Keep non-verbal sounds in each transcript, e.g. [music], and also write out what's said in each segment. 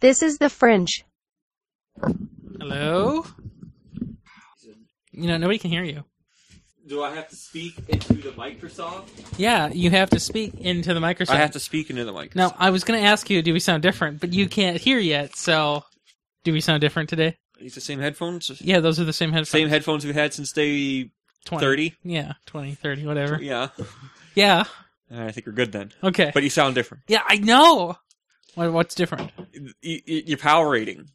This is the fringe. Hello? You know, nobody can hear you. Do I have to speak into the Microsoft? Yeah, you have to speak into the microphone. I have to speak into the mic. Now, I was going to ask you, do we sound different? But you can't hear yet, so do we sound different today? Use the same headphones. Yeah, those are the same headphones. Same headphones we had since day 20. thirty. Yeah, 20, 30, whatever. Yeah. Yeah, I think we're good then. okay. But you sound different. yeah, I know. What, what's different? Y- y- Your power rating.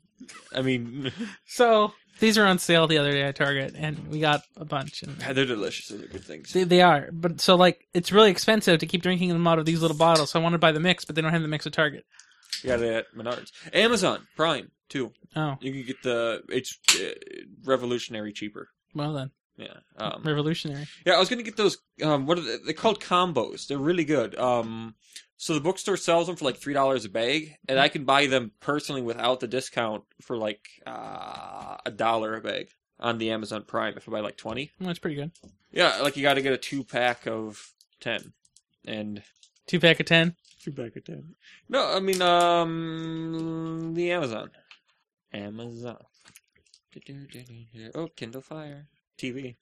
I mean, So, these are on sale the other day at Target, and we got a bunch. And they're delicious. Those are good things. They, they are, but so like it's really expensive to keep drinking them out of these little bottles. So I want to buy the mix, but they don't have the mix at Target. Yeah, they at Menards, Amazon Prime too. Oh, You can get the it's uh, revolutionary cheaper. well then, Yeah. Um, revolutionary. Yeah, I was gonna get those. Um, what are they? they're called? Combos. They're really good. Um, so the bookstore sells them for like three dollars a bag, and I can buy them personally without the discount for like uh, a dollar a bag on the Amazon Prime if I buy like twenty. Well, that's pretty good. Yeah, like you got to get a two pack of ten, and Two pack of ten. two pack of ten. No, I mean um the Amazon, Amazon. Oh, Kindle Fire TV.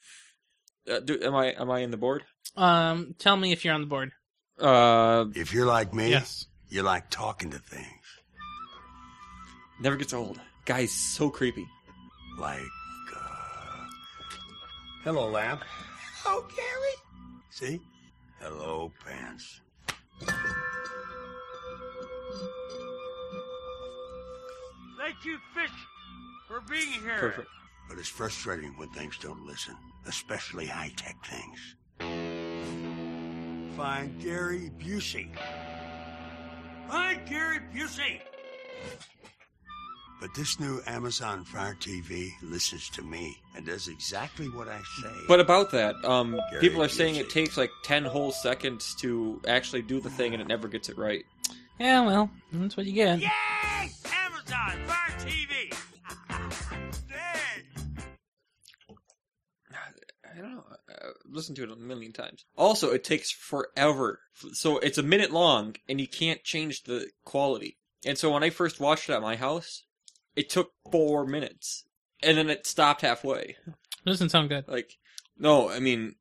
Uh, do, am I am I in the board? Um, tell me if you're on the board. Uh, If you're like me, Yes. you like talking to things. never gets old. Guy's so creepy. Like, uh... Hello, Lamb. Hello, Gary. See? Hello, Pants. Thank you, Fish, for being here. Perfect. But it's frustrating when things don't listen, especially high-tech things. Find Gary Busey. I'm Gary Busey. But this new Amazon Fire TV listens to me and does exactly what I say. But about that, um, Gary people are saying it Busey. takes like ten whole seconds to actually do the thing, and it never gets it right. Yeah, well, that's what you get. Yay! Amazon Fire TV. Dang. I don't know. I've listened to it a million times. Also, it takes forever. So it's a minute long, and you can't change the quality. And so when I first watched it at my house, it took four minutes, and then it stopped halfway. Doesn't sound good. Like, no, I mean,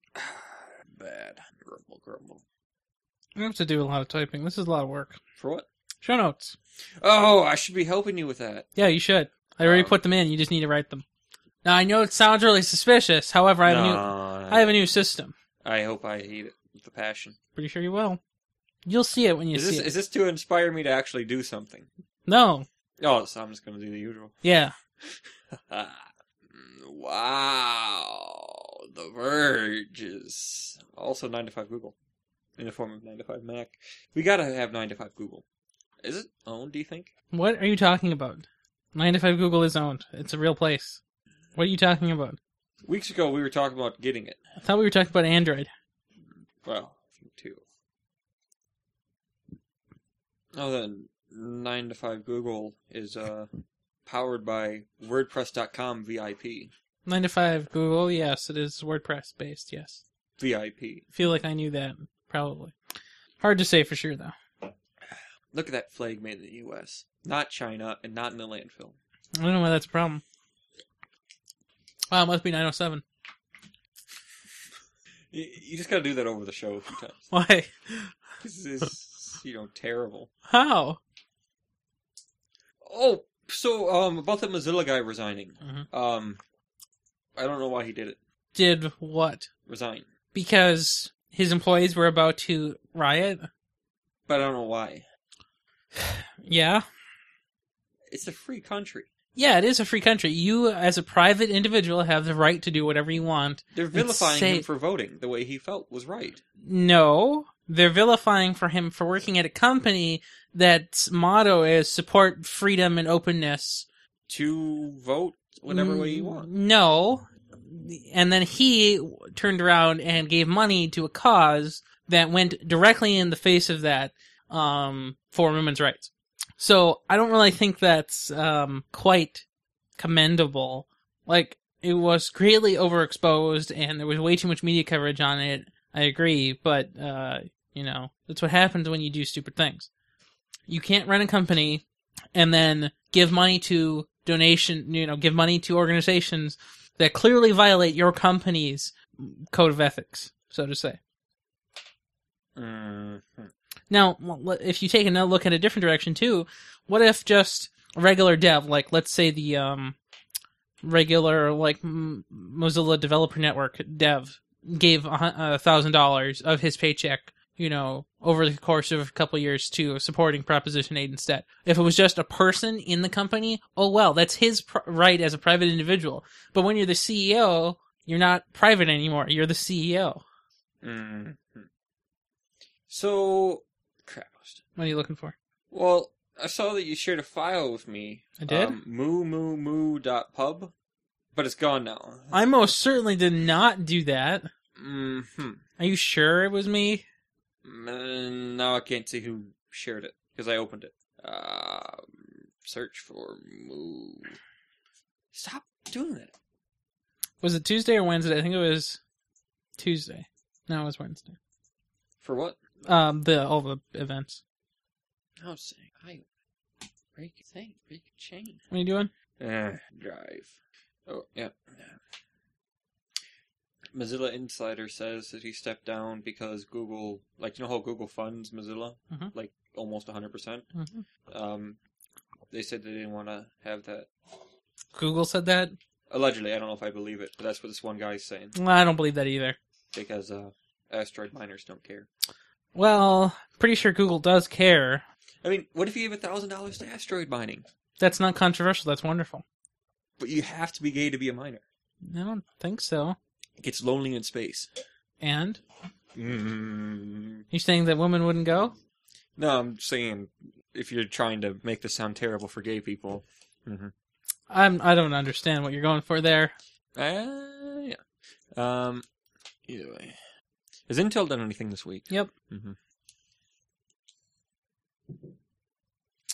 [sighs] bad. Grumble, grumble. You have to do a lot of typing. This is a lot of work. For what? Show notes. Oh, I should be helping you with that. Yeah, you should. I already Um, put them in. You just need to write them. Now I know it sounds really suspicious. However, I have a new No, I have a new system. I hope I hate it with a passion. Pretty sure you will. You'll see it when you Is see this it. is this to inspire me to actually do something? no. Oh, so I'm just gonna do the usual. Yeah. [laughs] wow, The Verge is also nine to five Google in the form of nine to five Mac. We gotta have nine to five Google. Is it owned? Do you think? What are you talking about? 9 to 5 Google is owned. It's a real place. What are you talking about? Weeks ago we were talking about getting it. I thought we were talking about Android. Well, two. Oh, then nine to five Google is uh powered by WordPress.com VIP. 9 to 5 Google, yes, it is WordPress based, yes. VIP. I feel like I knew that, probably. Hard to say for sure, though. Look at that flag made in the U.S., not China, and not in the landfill. I don't know why that's a problem. Wow, it must be 907. You, you just gotta do that over the show a few times. [laughs] [laughs] Why? [laughs] This is, you know, terrible. How? Oh, so um, about the Mozilla guy resigning. Mhm. Um, I don't know why he did it. Did what? Resign, Because his employees were about to riot? but I don't know why. Yeah. It's a free country. Yeah, it is a free country. You, as a private individual, have the right to do whatever you want They're vilifying him safe. for voting the way he felt was right. No, they're vilifying for him for working at a company that's motto is support freedom and openness. To vote whatever way Mm-hmm. you want. Mm, No, and then he turned around and gave money to a cause that went directly in the face of that um, for women's rights. So I don't really think that's um, quite commendable. Like it was greatly overexposed, and there was way too much media coverage on it. I agree, but uh, you know that's what happens when you do stupid things. You can't run a company and then give money to donation, you know, give money to organizations that clearly violate your company's code of ethics, so to say. Mhm. Now, well, if you take another look in a different direction too, what if just a regular dev, like let's say the um, regular like M- Mozilla Developer Network dev, gave a hun- a thousand dollars of his paycheck, you know, over the course of a couple years to supporting Proposition Eight instead. If it was just a person in the company, oh well, that's his pr- right as a private individual. But when you're the CEO, you're not private anymore. You're the E CEO. Mhm. So, crap. I was- What are you looking for? Well, I saw that you shared a file with me. I did? Um, moo moo moo dot pub, but it's gone now. I most certainly did not do that. hmm Are you sure it was me? Mm, Now I can't see who shared it because I opened it. Uh, search for moo. Stop doing that. Was it Tuesday or Wednesday? I think it was Tuesday. No, it was Wednesday. For what? Um, the all the events. I was saying, I Oh, break a thing, break a chain. What are you doing? Eh. Uh, drive. Oh, yeah. Mozilla Insider says that he stepped down because Google, like, you know how Google funds Mozilla? Mhm. Like, almost 100%. Mhm. Um, they said they didn't want to have that. Google said that. Allegedly, I don't know if I believe it, but that's what this one guy's saying. Well, I don't believe that either. Because uh, asteroid miners don't care. Well, pretty sure Google does care. I mean, what if you gave $1,000 to asteroid mining? That's not controversial. That's wonderful. But you have to be gay to be a miner. I don't think so. It gets lonely in space. And mm you saying that women wouldn't go? No, I'm saying if you're trying to make this sound terrible for gay people. Mm-hmm. I'm. I don't understand what you're going for there. Uh, yeah. Um, either way. Has Intel done anything this week? Yep. Mhm.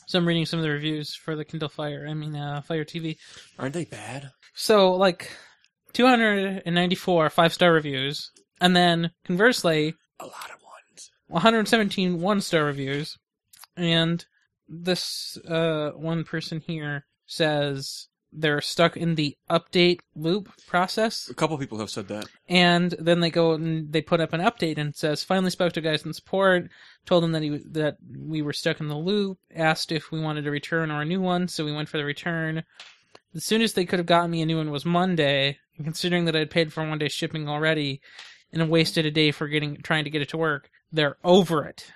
So I'm reading some of the reviews for the Kindle Fire. I mean, uh, Fire TV. Aren't they bad? So like 294 five star reviews, and then conversely A lot of ones. 117 one star reviews, and this uh, one person here says they're stuck in the update loop process, A couple people have said that. and then they go and they put up an update and it says finally spoke to guys in support, told them that he that we were stuck in the loop, asked if we wanted a return or a new one, so we went for the return. The soonest they could have gotten me a new one was Monday, and considering that I'd paid for one day shipping already and wasted a day for getting trying to get it to work, they're over it.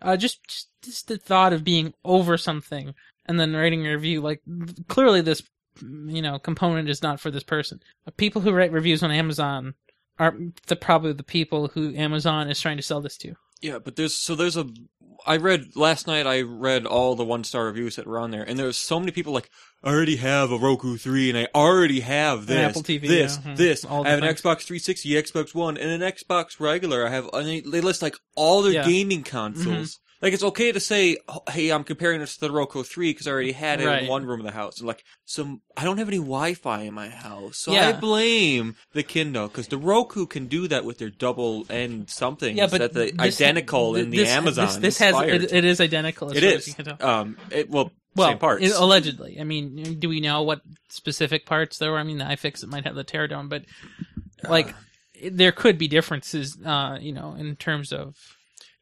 Uh, just, just just the thought of being over something and then writing a review like clearly this you know component is not for this person. Uh, People who write reviews on Amazon are the probably the people who Amazon is trying to sell this to. Yeah, but there's so there's a. I read last night. I read all the one star reviews that were on there, and there was so many people like, I already have a Roku three, and I already have this, An Apple TV, this, yeah, mhm. this. All I have an different. Xbox 360, Xbox One, and an Xbox regular. I have. And they, they list like all their Yeah. Mm-hmm. gaming consoles. Like it's okay to say, "Oh, hey, I'm comparing this to the Roku three because I already had it Right. in one room of the house. And like, some I don't have any Wi-Fi in my house, so I Yeah. blame the Kindle because the Roku can do that with their double end something. Yeah, but that the this- identical in the this- Amazon. This, this has inspired. it, it is identical. As it far as is. you can tell. Um, it well, Well, same parts. it- allegedly. I mean, do we know what specific parts there were? I mean, the iFixit might have the teardome, but Uh. like it- there could be differences, uh, you know, in terms of.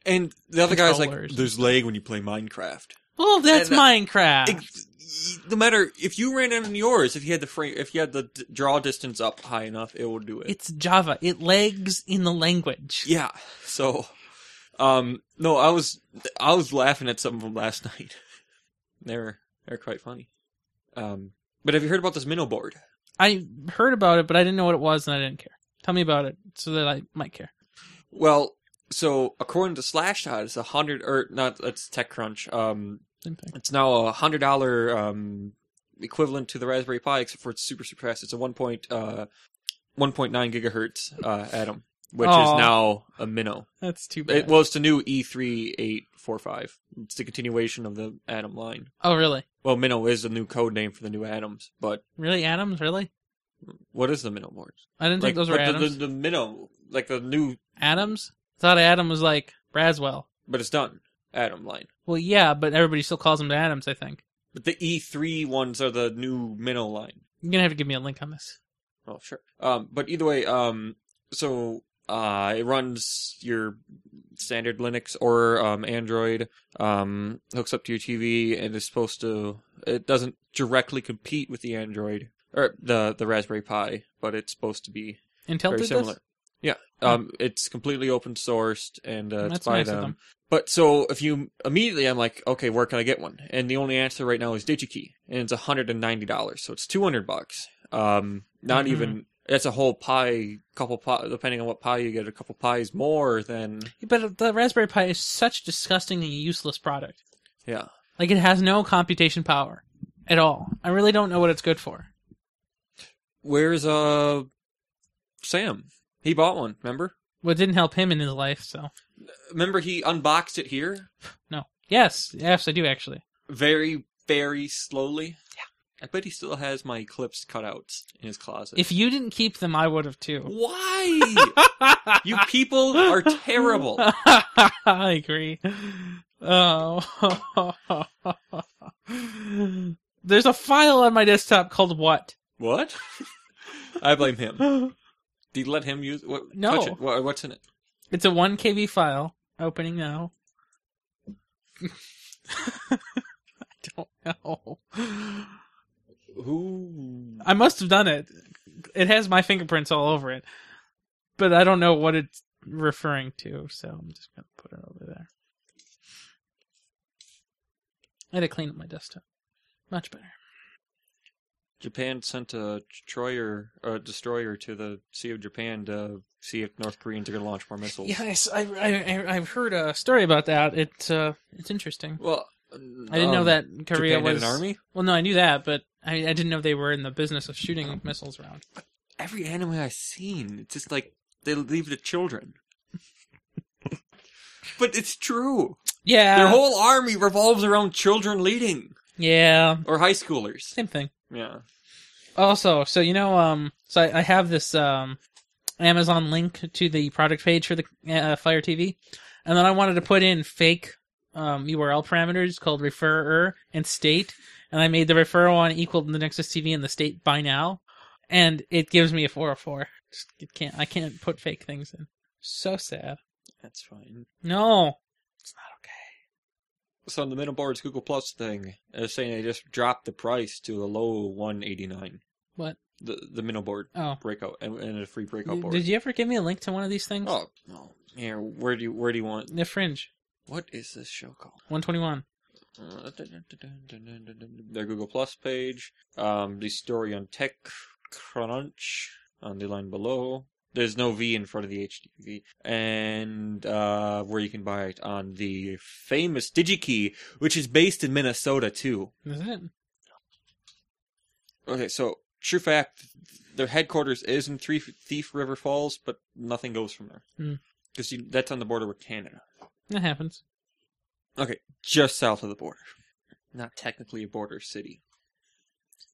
and the other guy's like, controllers and "There's lag when you play Minecraft." Well, that's And, uh, Minecraft. It- no matter if you ran it on yours, if you had the frame, if you had the d- draw distance up high enough, it will do it. it's Java. It lags in the language. Yeah. So, um, no, I was I was laughing at something from last [laughs] night. they're they're quite funny. Um, but have you heard about this minnow board? I heard about it, but I didn't know what it was, and I didn't care. Tell me about it so that I might care. Well, so according to Slashdot, it's a hundred or not? That's TechCrunch. Um, Same thing. it's now a hundred dollar um equivalent to the Raspberry Pi, except for it's super super fast. It's a one point uh one point nine gigahertz uh atom, which Aw. is now a minnow. That's too bad. It, well, it's the new E three eight four five. It's the continuation of the atom line. oh, really? Well, Minnow is the new code name for the new atoms, but Really, Adams? Really? what is the Minnow boards? I didn't think those were but the, Adams. The, the Minnow, like the new, Adams? Thought Adam was like Braswell. but it's done. Adam line. Well, yeah, but everybody still calls him the Adams. I think But the E3 ones are the new minnow line. you're gonna have to give me a link on this. Oh, sure. Um, but either way, um, so uh, it runs your standard Linux or um, Android, um, hooks up to your TV, and is supposed to. It doesn't directly compete with the Android or the the Raspberry Pi, but it's supposed to be Intel very did similar. this. Yeah, um, it's completely open sourced and uh, it's That's by nice of them. them. But so if you immediately, I'm like, okay, where can I get one? And the only answer right now is DigiKey, and it's 190 dollars, so it's 200 bucks. Um, not Mhm. even that's a whole pie, couple pie, depending on what pie you get, a couple pies more than But the Raspberry Pi is such a disgusting and useless product. yeah. Like it has no computation power at all. I really don't know what it's good for. Where's uh Sam? He bought one. Remember? Well, it didn't help him in his life, so Remember he unboxed it here no. Yes, yes, I do actually. very, very slowly. Yeah. I bet he still has my Eclipse cutouts in his closet. If you didn't keep them, I would have too. Why? you people are terrible. [laughs] I agree. Oh. [laughs] There's a file on my desktop called what? What? [laughs] I blame him. It's [gasps] Did you let him use what? No. touch it? What- what's in it? a 1 KB file opening now. [laughs] I don't know. Who? I must have done it. It has my fingerprints all over it. But I don't know what it's referring to, so I'm just going to put it over there. I had to clean up my desktop. Much better. Japan sent a destroyer, a destroyer to the Sea of Japan to see if North Koreans are going to launch more missiles. Yeah, I, s- I, I- I- I've heard a story about that. It's uh, it's interesting. Well, um, I didn't know that Korea Japan was had an army. Well, no, I knew that, but I, I didn't know they were in the business of shooting missiles around. Every anime I've seen, it's just like they leave the children. but it's true. Yeah, Their whole army revolves around children leading yeah, or high schoolers. same thing. Yeah. Also, so you know, um, so I, I have this um Amazon link to the product page for the uh, Fire TV, and then I wanted to put in fake um URL parameters called referrer and state, and I made the referrer one equal to the Nexus TV and the state by now, and it gives me a 404. Just, it can't, I can't put fake things in. So sad. That's fine. No, it's not okay. So on the middle board's Google Plus thing, they're saying they just dropped the price to a low one eighty nine. What? The the middle board Oh. breakout and, and a free breakout Did- board. Did you ever give me a link to one of these things? Oh, oh here, where do you where do you want? The Fringe, What is this show called? 121. Uh, Their Google Plus page. Um, the story on Tech Crunch on the line below. There's no V in front of the HTV, and uh, where you can buy it on the famous DigiKey, which is based in Minnesota too. Is it? Okay, so true fact, their headquarters is in Three Thief River Falls, but nothing goes from Hmm. there because that's on the border with Canada, That happens. just south of the border. Not technically a border city,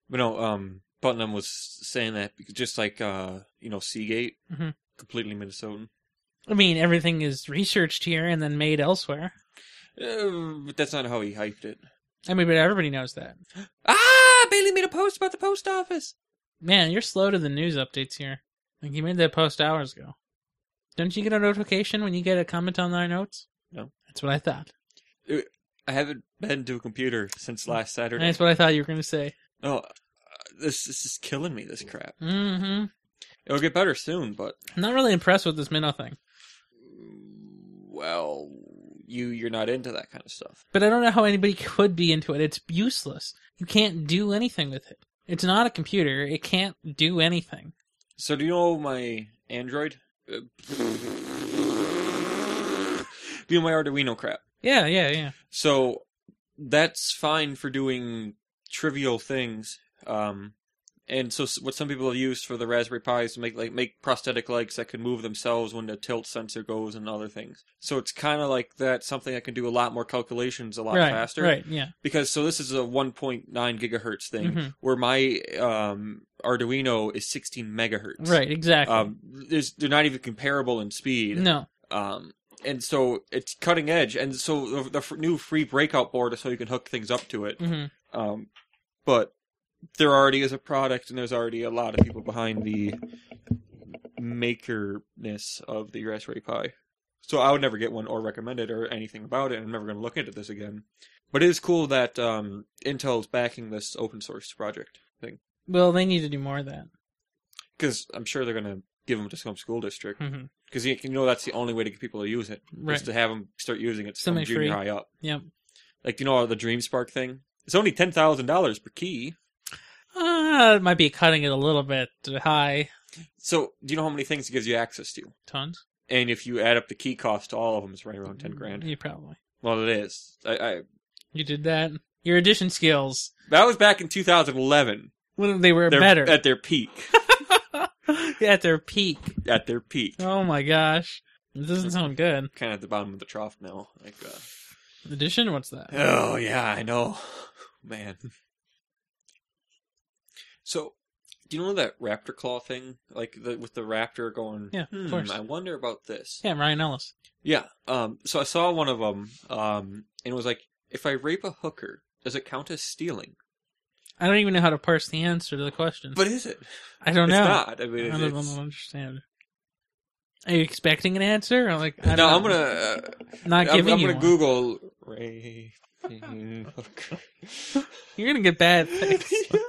but no. Um, Putnam was saying that because just like uh, you know, Seagate, Mhm. completely Minnesotan. I mean, everything is researched here and then made elsewhere. Uh, but that's not how he hyped it. I mean, but everybody knows that. Ah, Bailey made a post about the post office. Man, you're slow to the news updates here. Like you made that post hours ago. Don't you get a notification when you get a comment on our notes? No. That's what I thought. I haven't been to a computer since last Saturday. That's what I thought you were going to say. Oh, uh, this this is killing me. This crap. hmm It'll get better soon, but I'm not really impressed with this minnow thing, well, you you're not into that kind of stuff. but I don't know how anybody [laughs] could be into it. It's useless. You can't do anything with it. It's not a computer. It can't do anything. So do you know my Android? Uh, do you know my Arduino crap? Yeah, yeah, yeah. So that's fine for doing trivial things. Um, and so s- what some people have used for the Raspberry Pis to make like make prosthetic legs that can move themselves when the tilt sensor goes and other things. So it's kind of like that something that can do a lot more calculations a lot right, faster. Right. Yeah. because so this is a 1.9 gigahertz thing Mhm. where my um, Arduino is 16 megahertz. Right. Exactly. Um, there's, they're not even comparable in speed. no. Um, and so it's cutting edge, and so the, the f- new free breakout board is so you can hook things up to it. Mhm. Um, but there already is a product, and there's already a lot of people behind the makerness of the Raspberry Pi. So I would never get one or recommend it or anything about it. I'm never going to look into this again. But it is cool that um, Intel's backing this open source project thing Well, they need to do more of that. because I'm sure they're going to give them to some school district Mhm. because you, you know that's the only way to get people to use it Right. is to have them start using it from Semi-free. junior high up. Yep. Like you know the Dream Spark thing. It's only ten thousand dollars per key. Uh, it might be cutting it a little bit high. So do you know how many things it gives you access to? Tons. And if you add up the key cost to all of them, it's right around ten grand. You probably. Well, it is. I, I You did that. Your addition skills that was back in 2011. when they were They're better at their peak. [laughs] at their peak. at their peak. Oh my gosh, this doesn't sound good. Kind of at the bottom of the trough now. Like, uh, Addition? What's that? Oh yeah, I know, [sighs] man. So, do you know that raptor claw thing? Like the, with the raptor going. Yeah, of "Hmm, course. I wonder about this. Yeah, Ryan Ellis. Yeah. Um. So I saw one of them. Um. And it was like, if I rape a hooker, does it count as stealing? I don't even know how to parse the answer to the question. But is it? I don't it's know. not. I mean, I it's, don't, I it's- don't understand. Are you expecting an answer? Or like, I no. don't I'm gonna. know. Uh, not I'm, I'm giving gonna you. one. Google rape [laughs] hooker. You're gonna get [laughs] bad things. Yeah.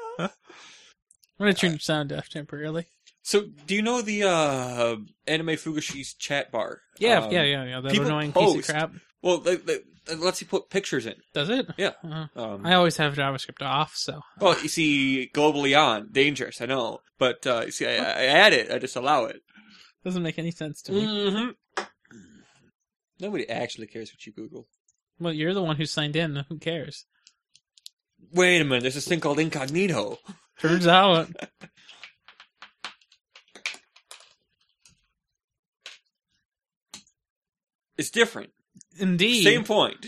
I'm gonna turn your sound off temporarily. So, do you know the uh, anime Fugashi's chat bar? Yeah, Um, yeah, yeah, yeah. That people annoying piece post- of crap. Well, they, they, it lets you put pictures in. Does it? Yeah. Uh, Um, I always have JavaScript off, so well, you see, globally on dangerous. I know, but uh, you see, I, I add it. I just allow it. doesn't make any sense to me. hmm Nobody actually cares what you Google. Well, you're the one who signed in. Who cares? Wait a minute. There's this thing called incognito. Turns out. [laughs] It's different. Indeed. Same point.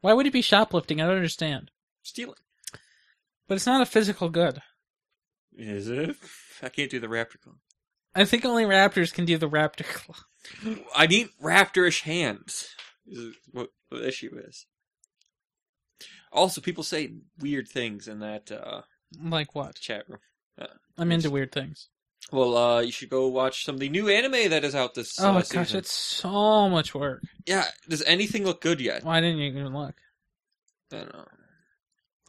Why would it be shoplifting? I don't understand. Stealing. But it's not a physical good. Is it? I can't do the raptor clone. I think only raptors can do the raptor [laughs] claw. I need raptorish hands. Is what the issue is. Also, people say weird things in that uh, Like what? chat room. Uh, I'm into weird things. Well, uh, you should go watch some of the new anime that is out this. oh uh, my season. gosh, that's so much work. yeah. Does anything look good yet? Why didn't you even look? I don't know.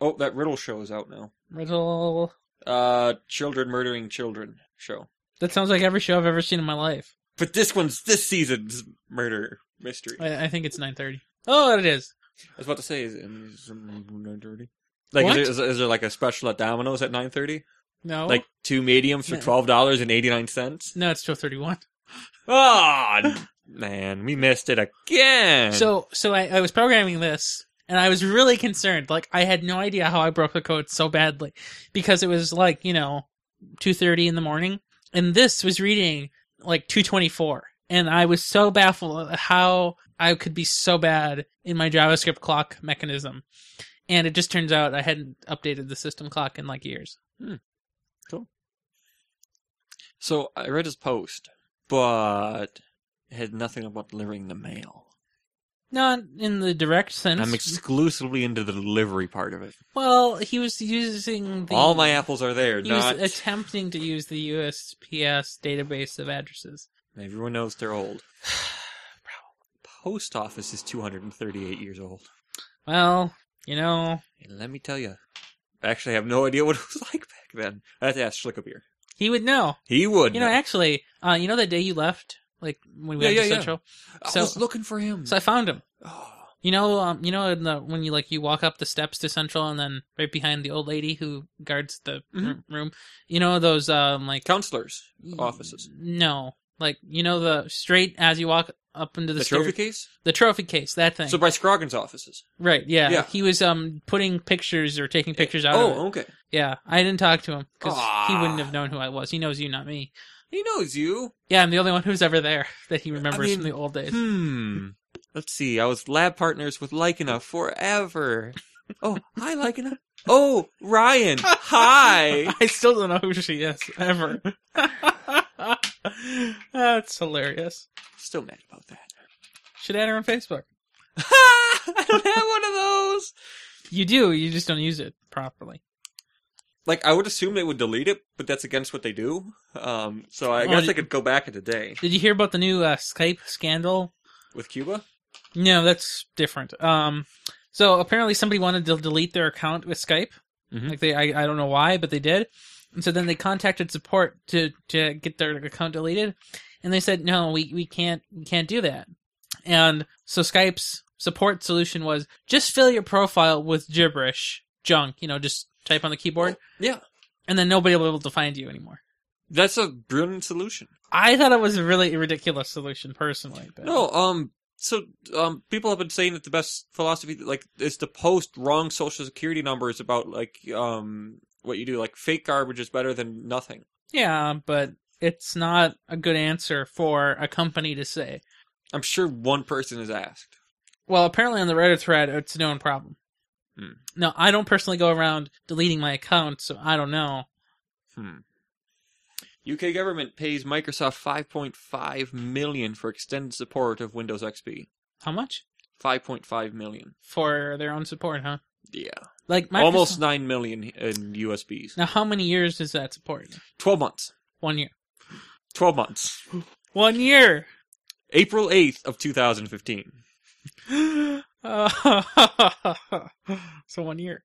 Oh, that riddle show is out now. Riddle. Uh, children murdering children show. That sounds like every show I've ever seen in my life. But this one's this season's murder mystery. I I, I think it's 9:30. Oh, it is. was about to say, is it nine thirty? Like, is What? there, is, is there like a special at Domino's at nine thirty? No. Like two mediums for No. twelve dollars and eighty nine cents. no, it's 12:31. Oh [laughs] man, we missed it again. So, so I, I was programming this, and I was really concerned. Like, I had no idea how I broke the code so badly, because it was like you know, two thirty in the morning, and this was reading like two twenty four, and I was so baffled at how I could be so bad in my JavaScript clock mechanism, and it just turns out I hadn't updated the system clock in like years. So I read his post, but it had nothing about delivering the mail. Not in the direct sense. I'm exclusively into the delivery part of it. well, he was using the All my apples are there. He Not was attempting to use the USPS database of addresses. everyone knows [sighs] they're old. Post office is 238 years old, Well, you know, and let me tell you, I actually have no idea what it was [laughs] like back then. I have to ask Schlickabeer. he would know. He would. You know, actually, uh, you know that day you left, like when we Yeah, went to yeah, yeah. Central. I so- was looking for him. So I found him. Oh, You know, um, you know, in the, when you like you walk up the steps to Central, and then right behind the old lady who guards the Mhm. r- room. You know those um like counselors, offices, No, like you know the straight as you walk up into the, the trophy stairs- case. the trophy case, that thing. So by Scroggins' offices. right? Yeah. Yeah. He was um putting pictures or taking pictures out. of it. Oh, okay. Yeah, I didn't talk to him because he Aw. wouldn't have known who I was. He knows you, not me. He knows you. Yeah, I'm the only one who's ever there [laughs] that he remembers mean, from the old days. Hmm. Let's see. I was lab partners with Lycana forever. Oh, hi, [laughs] Lycana. Oh, Ryan. Hi. I still don't know who she is ever. [laughs] That's hilarious. Still mad about that. should add her on Facebook. [laughs] I don't have one of those. You do. You just don't use it properly. Like I would assume they would delete it, but that's against what they do. Um, so I Well, guess I you- could go back in a day Did you hear about the new uh, Skype scandal? with Cuba. No, that's different. Um, so apparently somebody wanted to delete their account with Skype. Mhm. Like they, I, I don't know why, but they did. And so then they contacted support to to get their account deleted, and they said, "No, we we can't we can't do that." And so Skype's support solution was just fill your profile with gibberish junk. You know, just type on the keyboard, Yeah, and then nobody will be able to find you anymore. that's a brilliant solution. I thought it was a really ridiculous solution, personally. But No, um, so um, people have been saying that the best philosophy, like, is to post wrong social security numbers about like um what you do. Like fake garbage is better than nothing. Yeah, but it's not a good answer for a company to say. I'm sure one person is asked. Well, apparently on the Reddit thread, it's a known problem. Hmm. No, I don't personally go around deleting my account, so I don't know. Hmm. UK government pays Microsoft 5.5 million for extended support of Windows XP. How much 5.5 million. for their own support, huh? Yeah. Like Microsoft. Almost 9 million in USBs. Now, how many years does that support? 12 months. One year. 12 months. One year. April 8th of 2015. [gasps] so one year.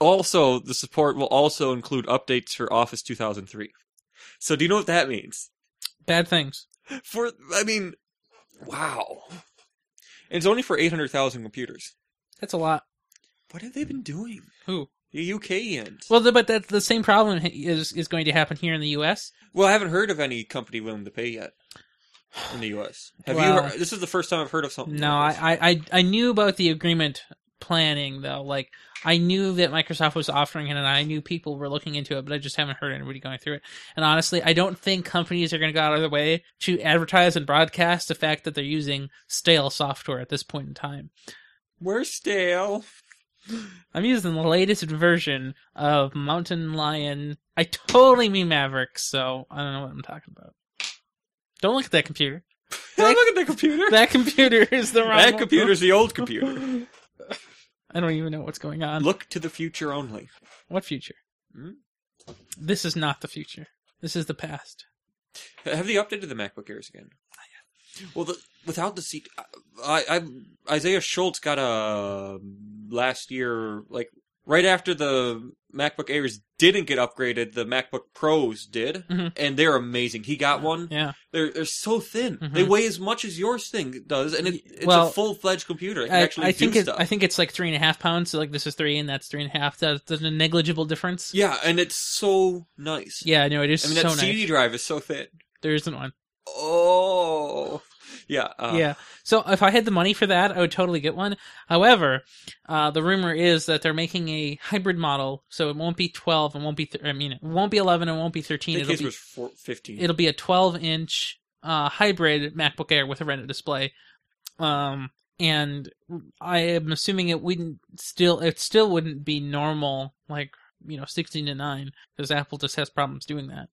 Also, the support will also include updates for Office 2003. So do you know what that means? Bad things. For I mean, wow. And it's only for 800,000 computers. That's a lot. What have they been doing? Who? The UK end. Well, th- but that's the same problem is is going to happen here in the U.S. Well, I haven't heard of any company willing to pay yet in the U.S. Have you? Wow. Heard, this is the first time I've heard of something. No, like this. I, I, I- I knew about the agreement planning though. Like I knew that Microsoft was offering it, and I knew people were looking into it, but I just haven't heard anybody going through it. And honestly, I don't think companies are going to go out of their way to advertise and broadcast the fact that they're using stale software at this point in time. we're stale. I'm using the latest version of Mountain Lion. I totally mean Maverick, so I don't know what I'm talking about. Don't look at that [laughs] computer. Look at the computer. That computer is the wrong. [laughs] That one. computer's the old computer. I don't even know what's going on. Look to the future only. What future? Hmm? This is not the future. This is the past. Have they updated the MacBook Airs again? Well, the, without the seat, I, I Isaiah Schultz got a last year like right after the MacBook Airs didn't get upgraded, the MacBook Pros did, Mhm. and they're amazing. He got one. Yeah. They're they're so thin. Mhm. They weigh as much as yours thing does, and it, it's Well, a full fledged computer. It can I, actually I think do it, stuff. I think it's like three and a half pounds. So like this is three and that's three and a half. That, there's a negligible difference. yeah, and it's so nice. Yeah, I know it is I mean so that nice. CD drive is so thin. There isn't one. Oh, yeah, uh, yeah. So if I had the money for that, I would totally get one. However, uh, the rumor is that they're making a hybrid model, so it won't be 12 and won't be. Th- I mean, it won't be 11 and won't be I 13. think It'll his be was four, fifteen. it'll be a 12 inch uh, hybrid MacBook Air with a Retina display. Um, and I am assuming it wouldn't still it still wouldn't be normal like you know 16 to 9 because Apple just has problems doing that.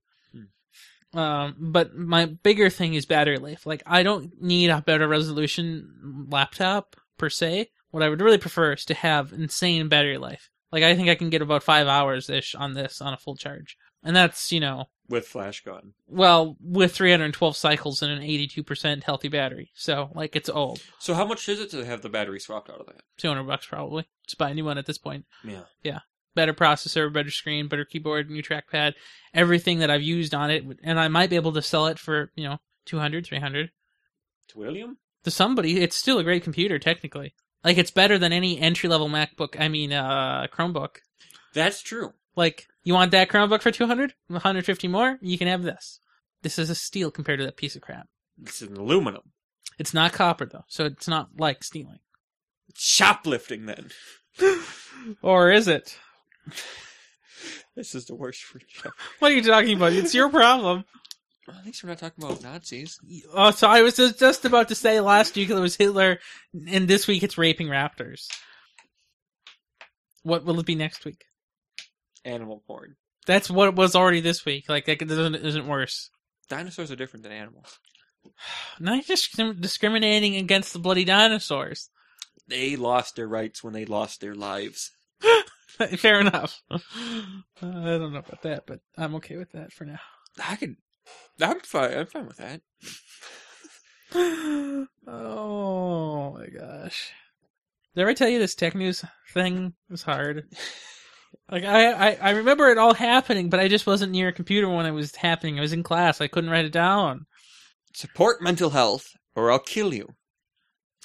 Um, but my bigger thing is battery life. Like I don't need a better resolution laptop per se. What I would really prefer is to have insane battery life. Like I think I can get about five hours ish on this on a full charge, and that's you know with flash gun. well, with 312 cycles and an 82% healthy battery. So, like, it's old. So how much is it to have the battery swapped out of that? 200 bucks probably. Just buy a new one at this point. Yeah. Better processor, better screen, better keyboard, new trackpad, everything that I've used on it. And I might be able to sell it for, you know, 200, 300. To William? To somebody, it's still a great computer, technically. Like, it's better than any entry level MacBook, I mean, uh, Chromebook. That's true. Like, you want that Chromebook for 200? 150 more? You can have this. This is a steal compared to that piece of crap. It's an aluminum. [laughs] It's not copper, though, so it's not like stealing. Shoplifting then. Or is it? This is the worst for shop. What are you talking about? It's your problem. At least we're not talking about Nazis. Oh, so I was just- just about to say last week it was Hitler, and this week it's raping raptors. What will it be next week? Animal porn. That's what it was already this week. Like, that isn't, isn't worse. Dinosaurs are different than animals. [sighs] Not just discriminating against the bloody dinosaurs. They lost their rights when they lost their lives. [laughs] Fair enough. Uh, I don't know about that, but I'm okay with that for now. I could. I'm fine. I'm fine with that. [gasps] oh my gosh. Did I ever tell you this tech news thing was [laughs] hard? Like I, I, I remember it all happening, but I just wasn't near a computer when it was happening. I was in class. I couldn't write it down. Support mental health, or I'll kill you.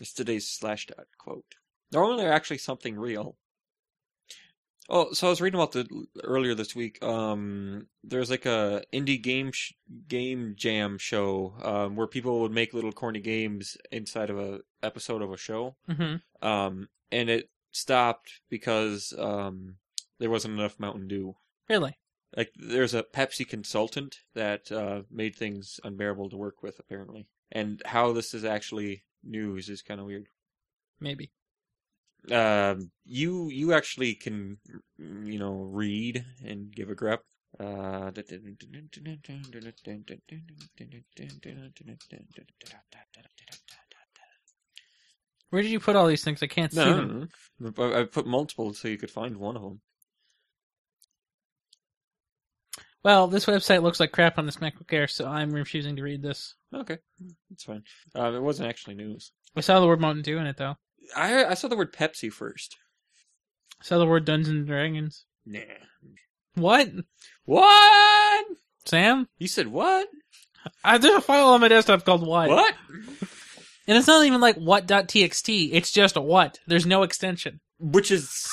Is today's Slashdot quote. Normally, they're actually something real. Oh, so I was reading about the earlier this week. Um, there's like a indie game sh- game jam show um, where people would make little corny games inside of a episode of a show. hmm Um, and it stopped because um, there wasn't enough Mountain Dew. Really? Like there's a Pepsi consultant that uh, made things unbearable to work with apparently. And how this is actually news is kind of weird. Maybe. Um, you you actually can mm, you know read and give a grep. Uh, [laughs] Where did you put all these things? I can't see them. no, I I put multiple so you could find one of them. Well, this website looks like crap on this MacBook Air, so I'm refusing to read this. Okay, that's fine. Uh, it wasn't actually news. I saw the word Mountain Dew in it though. I I saw the word Pepsi first. I saw the word Dungeons and Dragons. Nah. What? What? Sam? You said what? I, there's a file on my desktop called what? What? And it's not even like what.txt. It's just a what. There's no extension. Which is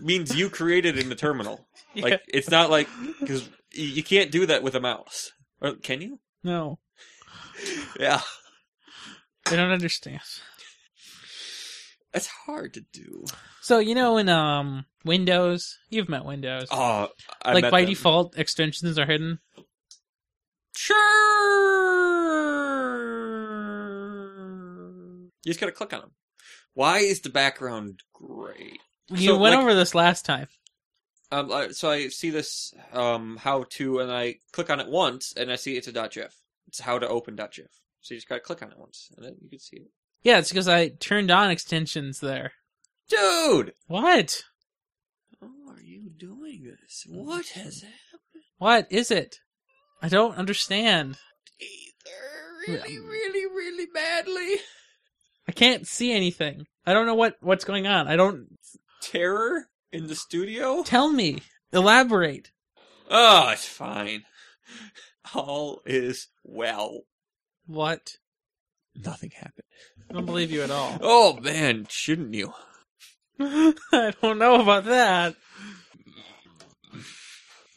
means you created in the terminal. [laughs] Like it's not like because you can't do that with a mouse. Or, can you? no, Yeah, I don't understand. it's hard to do. So you know in um Windows, you've met Windows. Oh, I like met by them. default, extensions are hidden. Sure. You just gotta click on them. Why is the background gray? You So, went like- over this last time. Um, I- so I see this um, how to, and I click on it once, and I see it's a .gif. It's how to open .gif. So you just gotta click on it once, and then you can see it. Yeah, it's because I turned on extensions there. Dude, What? how are you doing this? What has happened? What is it? I don't understand. Either really, really, really badly. I can't see anything. I don't know what what's going on. I don't Terror in the studio. tell me. Elaborate. Oh, it's fine. [laughs] All is well. What? Nothing happened. I don't believe you at all. [laughs] Oh man, shouldn't you? [laughs] I don't know about that.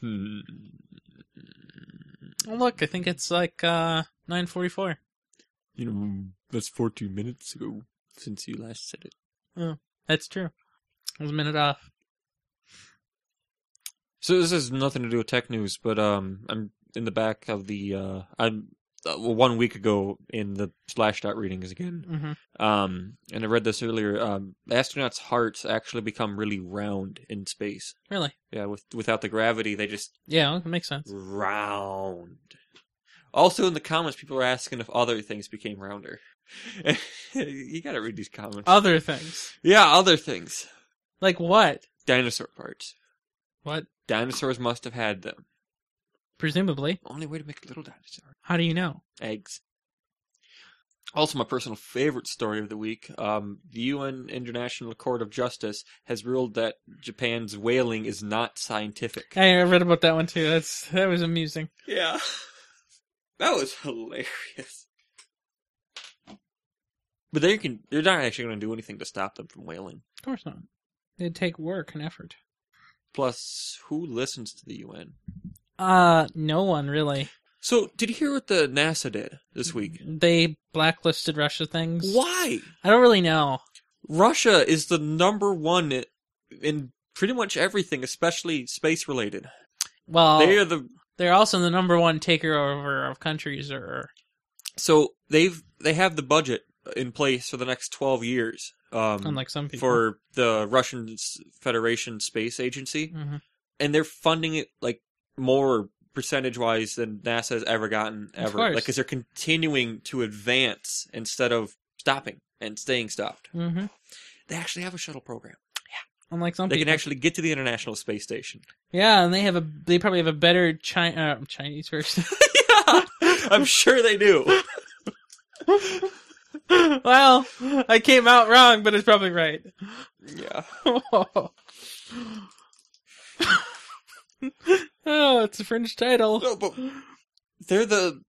Hmm. Oh, look, I think it's like uh 944. You know, that's 14 minutes ago since you last said it. Oh, That's true. I was a minute off. So this has nothing to do with tech news, but um, I'm in the back of the uh, I'm uh, well, one week ago in the Slashdot readings again. Mm-hmm. Um, and I read this earlier. Um, astronauts' hearts actually become really round in space. Really? Yeah, with without the gravity, they just Yeah, it makes sense. round. Also, in the comments, people are asking if other things became rounder. [laughs] you gotta read these comments. Other things. yeah, other things. Like what? Dinosaur parts. What? Dinosaurs must have had them. Presumably. Only way to make a little dinosaur. How do you know? Eggs. Also, my personal favorite story of the week um, the UN International Court of Justice has ruled that Japan's whaling is not scientific. I I read about that one too. That's that was amusing. Yeah. [laughs] That was hilarious. But they can they're not actually gonna do anything to stop them from whaling. Of course not. It'd take work and effort. Plus, who listens to the UN? Uh, no one really. So did you hear what the NASA did Mm-hmm. this week? They blacklisted Russia things. Why? I don't really know. Russia is the number one in pretty much everything, especially space related. Well, they're, They are the also the number one taker over of countries, or so they've they have the budget in place for the next twelve years. Um, unlike some people. for the Russian S- Federation Space Agency. Mhm. and they're funding it like more percentage wise than NASA has ever gotten Of ever. course. Like, because they're continuing to advance instead of stopping and staying stopped. Mm-hmm. They actually have a shuttle program. Unlike some They people. can actually get to the International Space Station. [laughs] yeah, and they have a they probably have a better Chi- uh, Chinese person. yeah, I'm sure they [laughs] do. well, I came out wrong, but it's probably right. Yeah. oh, it's Oh, a French [laughs] title. No, but they're the.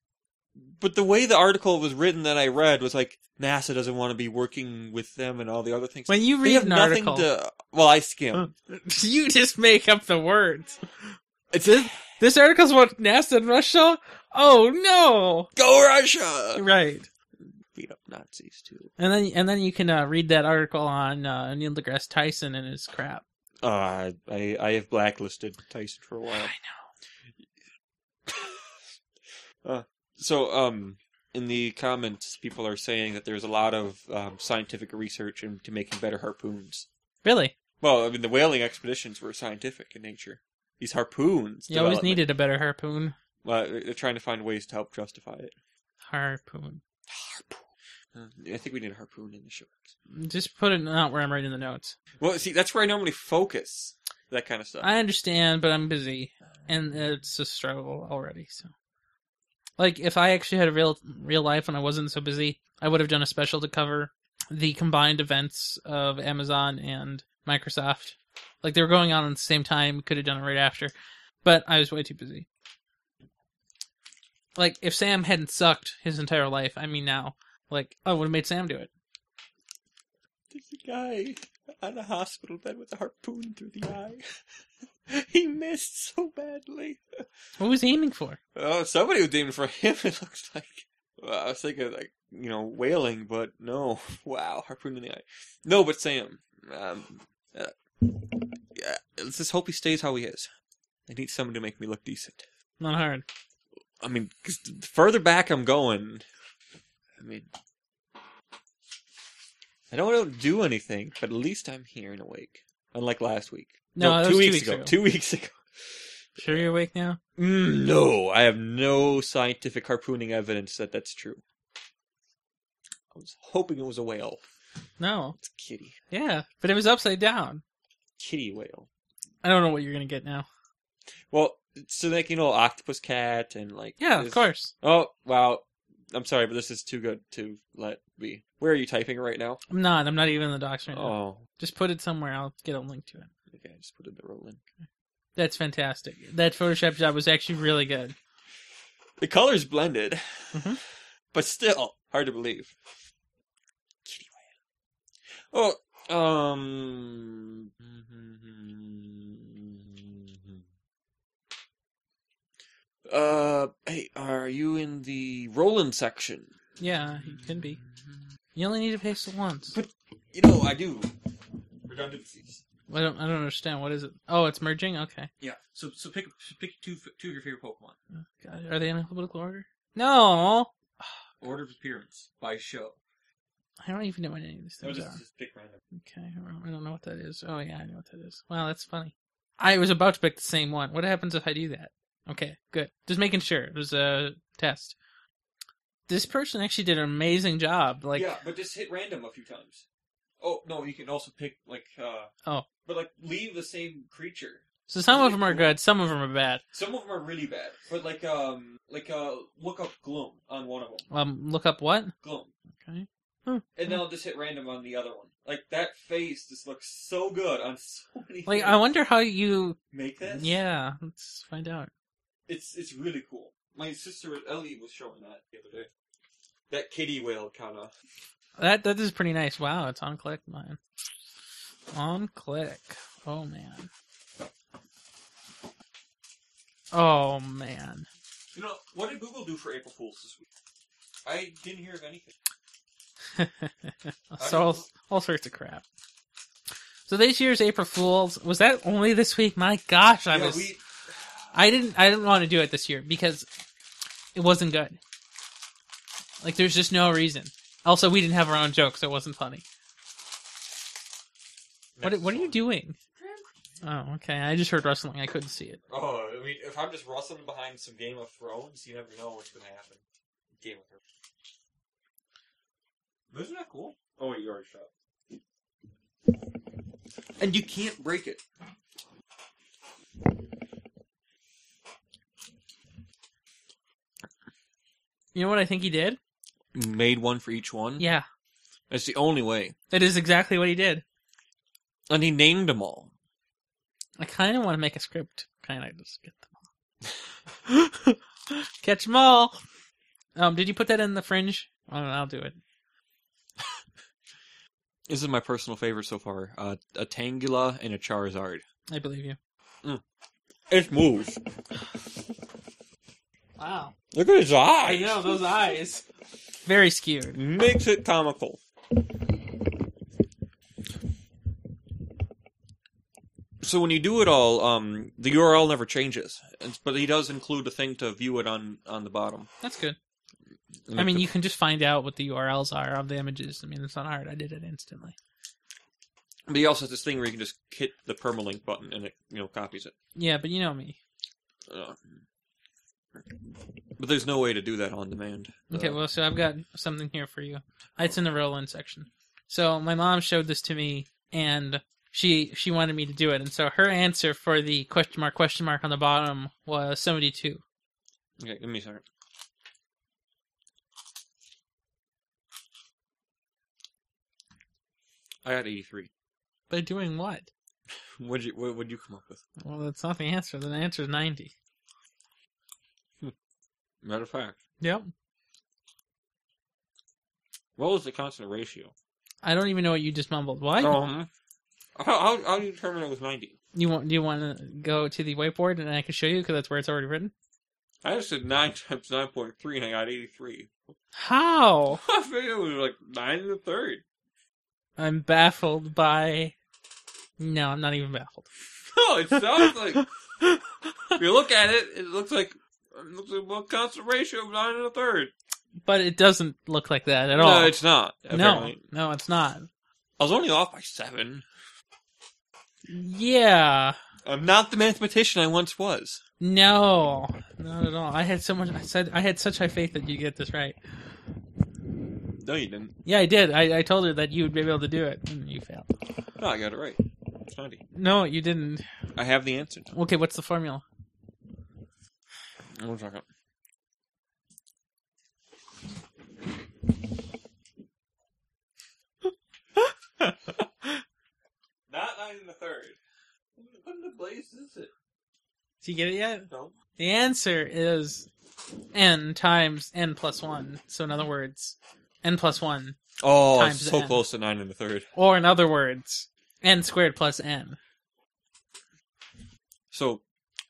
But the way the article was written that I read was like NASA doesn't want to be working with them and all the other [laughs] things. When you they read have an nothing article, to. Well, I skimmed. [laughs] you just make up the words. It's it. This article's about NASA and Russia. Oh Go no! Russia! Right, Beat up Nazis too. and then and then you can uh, read that article on uh, Neil deGrasse Tyson and his crap. Uh, I I have blacklisted Tyson for a I [laughs] know. while. Uh, So um, in the comments, people are saying that there's a lot of um, scientific research into making better harpoons. Really, Well, I mean, the whaling expeditions were scientific in nature. These harpoons. you always development- needed a better harpoon. Well, they're trying to find ways to help justify it. Harpoon. Harpoon. Uh, I think we need a harpoon in the sharks. Just put it out where I'm writing the notes. Well, see, that's where I normally focus. That kind of stuff. I understand, but I'm busy, and it's a struggle already. So, like, if I actually had a real real life and I wasn't so busy, I would have done a special to cover the combined events of Amazon and Microsoft. Like they were going on at the same time. Could have done it right after, but I was way too busy. Like if Sam hadn't sucked his entire life, I mean now, like I would have made Sam do it. There's a guy on a hospital bed with a harpoon through the eye. [laughs] he missed so badly. What was he aiming for? Oh, somebody was aiming for him. [laughs] It looks like. Well, I was thinking like you know whaling, but no. [laughs] Wow, harpoon in the eye. No, but Sam. Um, uh, yeah, let's just hope he stays how he is. I need someone to make me look decent. Not hard. I mean, 'cause the further back I'm going, I mean, I don't really do anything, but at least I'm here and awake. Unlike last week. No, that was two weeks ago. Two weeks [clears throat] ago. [laughs] Sure, you're awake now. Mm, no, I have no scientific harpooning evidence that that's true. I was hoping it was a whale. No. It's a kitty. Yeah, but it was upside down. Kitty whale. I don't know what you're gonna get now. Well, so like you know, octopus cat and like Yeah, of this- course. Oh wow, I'm sorry, but this is too good to let be. Where are you typing right now? I'm not. I'm not even in the docs right now. Oh, Just put it somewhere. I'll get a link to it. okay, I just put in the wrong link. That's fantastic. That Photoshop job was actually really good. The colors blended, Mm-hmm. Mhm. but still hard to believe. Kitty whale. Oh, um. [laughs] Uh, hey, are you in the Roland section? Yeah, it can be. You only need to paste it once. But- You know, I do. Redundancies. I don't. I don't understand. What is it? Oh, it's merging. Okay. Yeah. So, so pick pick two two of your favorite Pokemon. God, are they in alphabetical order? No. Order of appearance by show. I don't even know what any of these things are. pick random. Okay. I don't- I don't know what that is. Oh yeah, I know what that is. Wow, that's funny. I was about to pick the same one. What happens if I do that? Okay, good. Just making sure. It was a test. This person actually did an amazing job. Like yeah, but just hit random a few times. Oh no, you can also pick like. uh Oh. But like, leave the same creature. So some of them are good, some of them are bad. Some of them are really bad, but like, um, like uh, look up Gloom on one of them. Um, look up what? Gloom. Okay. And then I'll just hit random on the other one. Like that face just looks so good on [laughs] so many. Like, things. I wonder how you. make this. Yeah, let's find out. It's it's really cool. My sister Ellie was showing that the other day. That kitty whale kind of. That that is pretty nice. Wow, it's on click, man. On click. Oh man. Oh man. You know what did Google do for April Fools this week? I didn't hear of anything. so all, all sorts of crap. So this year's April Fools was that only this week? My gosh, I yeah, was. we I didn't I didn't want to do it this year because it wasn't good. Like there's just no reason. Also, we didn't have our own jokes, so it wasn't funny. What Next what are you one. doing? Oh, okay. I just heard wrestling. I couldn't see it. Oh, I mean, if I'm just rustling behind some Game of Thrones, you never know what's going to happen. Game of Thrones. But Isn't that cool? Oh, wait, you already shot. And you can't break it. You know what I think he did? Made one for each one? Yeah, That's the only way. that is exactly what he did. And he named them all. I kind of want to make a script. Kind of just get them [laughs] all. Catch them all. Um, did you put that in the fringe? Oh, I'll do it. This is my personal favorite so far. Uh, a Tangula and a Charizard. I believe you. Mm. It moves. Wow. Look at his eyes. I know those eyes. Very skewed. Makes it comical. So when you do it all, um, the URL never changes, It's- but he does include a thing to view it on on the bottom. That's good. I mean, you can just find out what the URLs are of the images. I mean, it's not hard. I did it instantly. but he also has this thing where you can just hit the permalink button and it you know copies it. Yeah, but you know me. Uh, but there's no way to do that on demand. Okay, Uh, well, so I've got something here for you. It's in the roll-in section. So my mom showed this to me, and she she wanted me to do it, and so her answer for the question mark question mark on the bottom was seventy-two. okay, give me a second. I got 83. But doing what? What'd you, what would you come up with? Well, that's not the answer. The answer is ninety. Matter of fact, Yep. what was the constant ratio? I don't even know what you just mumbled. What? Um, how, how, how do you determine it was 90? You want? Do you want to go to the whiteboard and I can show you because that's where it's already written? I just said 9 [laughs] times 9.3 and I got 83. How? [laughs] I figured it was like 9 and a third. [laughs] I'm baffled by. No, I'm not even baffled. No, it sounds like, if you look at it, it looks like, it looks like a constant ratio of 9 and a third. But it doesn't look like that at all. No, it's not. no, Apparently. no, it's not. I was only off by 7. Yeah. I'm not the mathematician I once was. No, not at all. I had so much. I said I had such high faith that you get this right. No, you didn't. Yeah, I did. I, I told her that you would be able to do it, and you failed. No, I got it right. It's 90. No, you didn't. I have the answer now. Okay, what's the formula? One [laughs] second. Not nine and a third. What in the blaze is it? Do you get it yet? No. The answer is n times n plus one. So in other words, n plus one, Oh, Times so N. close to nine and a third. or in other words, n squared plus n. So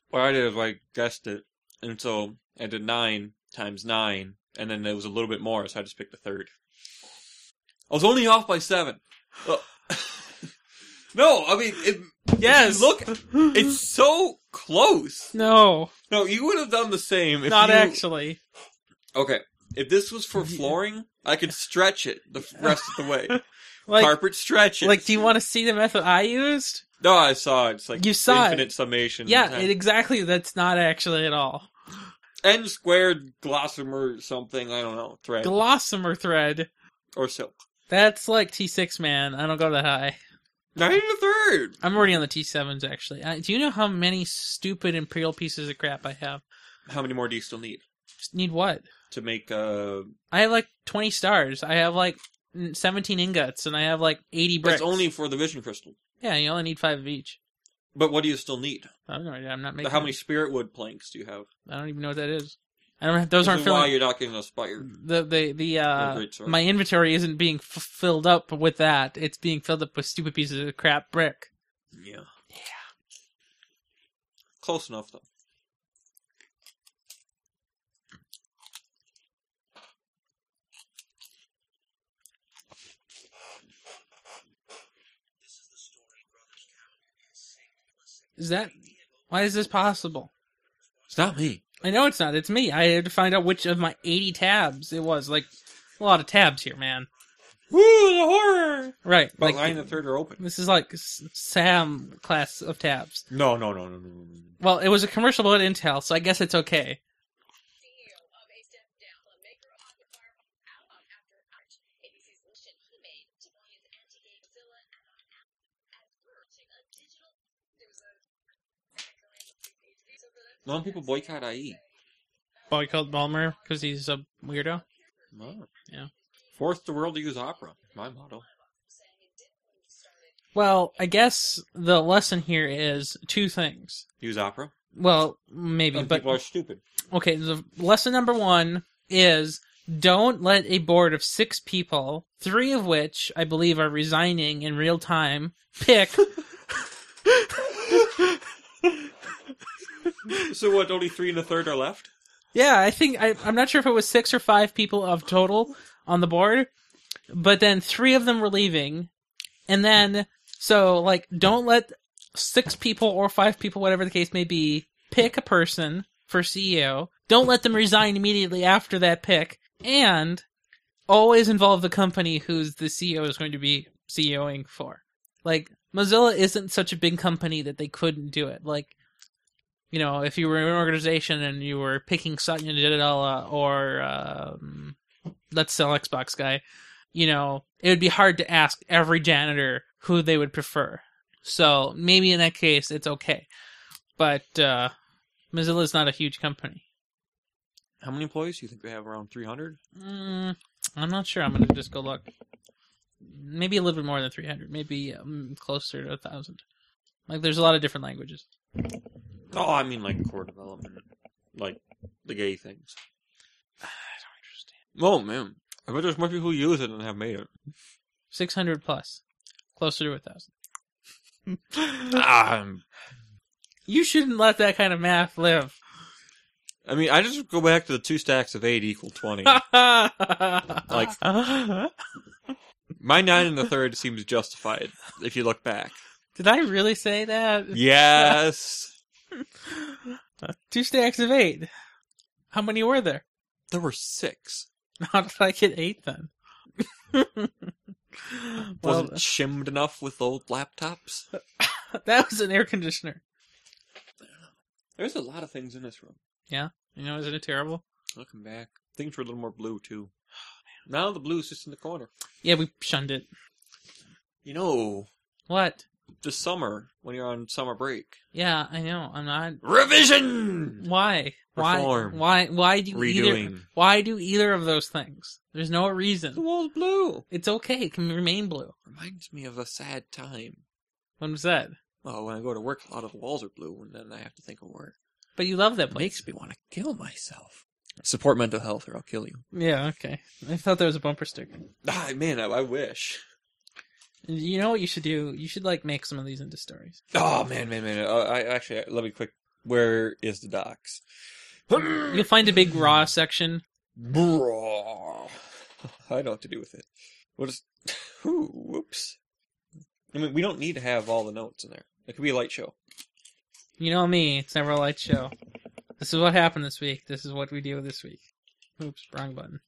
what I did is I guessed it, and so I did nine times nine, and then there was a little bit more, so I just picked a third. I was only off by seven. Uh, [laughs] no, I mean it. Yes. Look, [laughs] it's so close. No, No, you would have done the same. If not you- actually. Okay, if this was for flooring, I could stretch it the f- rest of the way. [laughs] Like, Carpet stretch it. like, do you want to see the method I used? No, I saw it. It's like You saw it. infinite summation. Yeah, times- it, exactly. That's not actually at all. n squared glossamer something. I don't know thread Glossamer thread. or silk. That's like T6, man. I don't go that high. Nine and a third. I'm already on the T7s, actually. I, do you know how many stupid Imperial pieces of crap I have? How many more do you still need Just need what? to make? Uh, I have like 20 stars. I have like mm, 17 ingots, and I have like 80 bricks. that's only for the vision crystal. Yeah, you only need five of each. But what do you still need? I don't know. I'm not making. How many spirit wood planks do you have? I don't even know what that is. I don't. Have, those This aren't is filling. why you're not getting a spire. the the the Oh, uh great, sorry. my inventory isn't being f- filled up with that. It's being filled up with stupid pieces of crap brick. Yeah. Yeah. Close enough though. Is that why is this possible? It's not me. I know it's not. It's me. I had to find out which of my 80 tabs it was. Like a lot of tabs here, man. Woo, the horror! Right. But like, line and the third are open. This is like S- Sam class of tabs. No, no, no, no, no, no. no. Well, it was a commercial about Intel, so I guess it's okay. CEO of a step down and maker of the farm out on after Arch, ABC's solution he made to play his anti-gay Godzilla out on out as working a digital. There's a. No, people boycott IE. Boy called Ballmer because he's a weirdo. No. Yeah. Force the world to use opera. My motto. [laughs] Well, I guess the lesson here is two things. Use opera. Well, maybe, Some but people are stupid. okay, the lesson number one is don't let a board of six people, three of which I believe are resigning in real time, pick. [laughs] [laughs] so what? Only three and a third are left. yeah, I think I, I'm not sure if it was six or five people of total on the board, but then three of them were leaving, and then so like don't let six people or five people, whatever the case may be, pick a person for CEO. Don't let them resign immediately after that pick, and always involve the company who's the CEO is going to be CEOing for. Like Mozilla isn't such a big company that they couldn't do it. Like, you know, if you were an organization and you were picking Satya Nadella or um, let's sell Xbox guy, you know, it would be hard to ask every janitor who they would prefer. So maybe in that case, it's okay. But uh, Mozilla is not a huge company. How many employees do you think they have? Around three hundred. Mm, I'm not sure. I'm gonna just go look. Maybe a little bit more than 300. Maybe um, closer to a thousand. Like there's a lot of different languages. Oh, I mean like core development, like the gay [sighs] things. I don't understand. Oh man, I bet there's more people who use it than have made it. 600 plus, closer to a thousand. [laughs] um, You shouldn't let that kind of math live. I mean, I just go back to the two stacks of eight equal [laughs] twenty. [laughs] [laughs] like, My nine and a third seems justified if you look [laughs] back. did I really say that? [laughs] Yes, [laughs] Two stacks of eight. How many were there? there were six. [laughs] How did I get eight then? [laughs] well, [laughs] Wasn't shimmed enough with old laptops. that was an air conditioner. There's a lot of things in this room. You know, isn't it terrible? Looking back, things were a little more blue too. Now the blue's just in the corner. Yeah, we shunned it. You know, What? this summer when you're on summer break, Yeah, I know. I'm not. revision. Why? Why? Reform. Why? Why do either? Redoing. Why do either of those things? There's no The reason. wall's blue. It's okay. It can remain blue. Reminds me of a sad time. When was that? Well, when I go to work, a lot of the walls are blue, and then I have to think of work. But you love that It place. makes me want to kill myself. Support mental health, or I'll kill [laughs] you. Yeah. Okay. I thought that was a bumper sticker. Ah, man, I, I wish. You know what you should do? You should like make some of these into stories. Oh man, man, man. Uh, I actually let me quick. Where is the docs? You'll find a big raw section. Bruh. I know what to do with it. We'll [laughs] just. Ooh, whoops. I mean, we don't need to have all the notes in there. It could be a light show. You know me. It's never a light show. This is what happened this week. This is what we do this week. Oops, wrong button.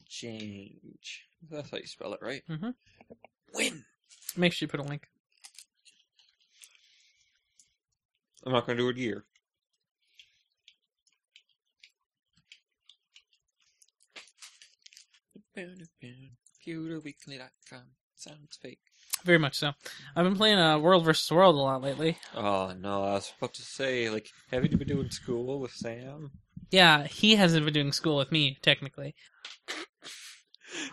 Exchange. That's how you spell it, right? Mhm. Win. Make sure you put a link. I'm not going to do it year. Computerweekly.com. Sounds fake. Very much so. I've been playing uh, World versus World a lot lately. Oh no, I was about to say, like, have you been doing school with Sam? Yeah, he hasn't been doing school with me technically. [laughs]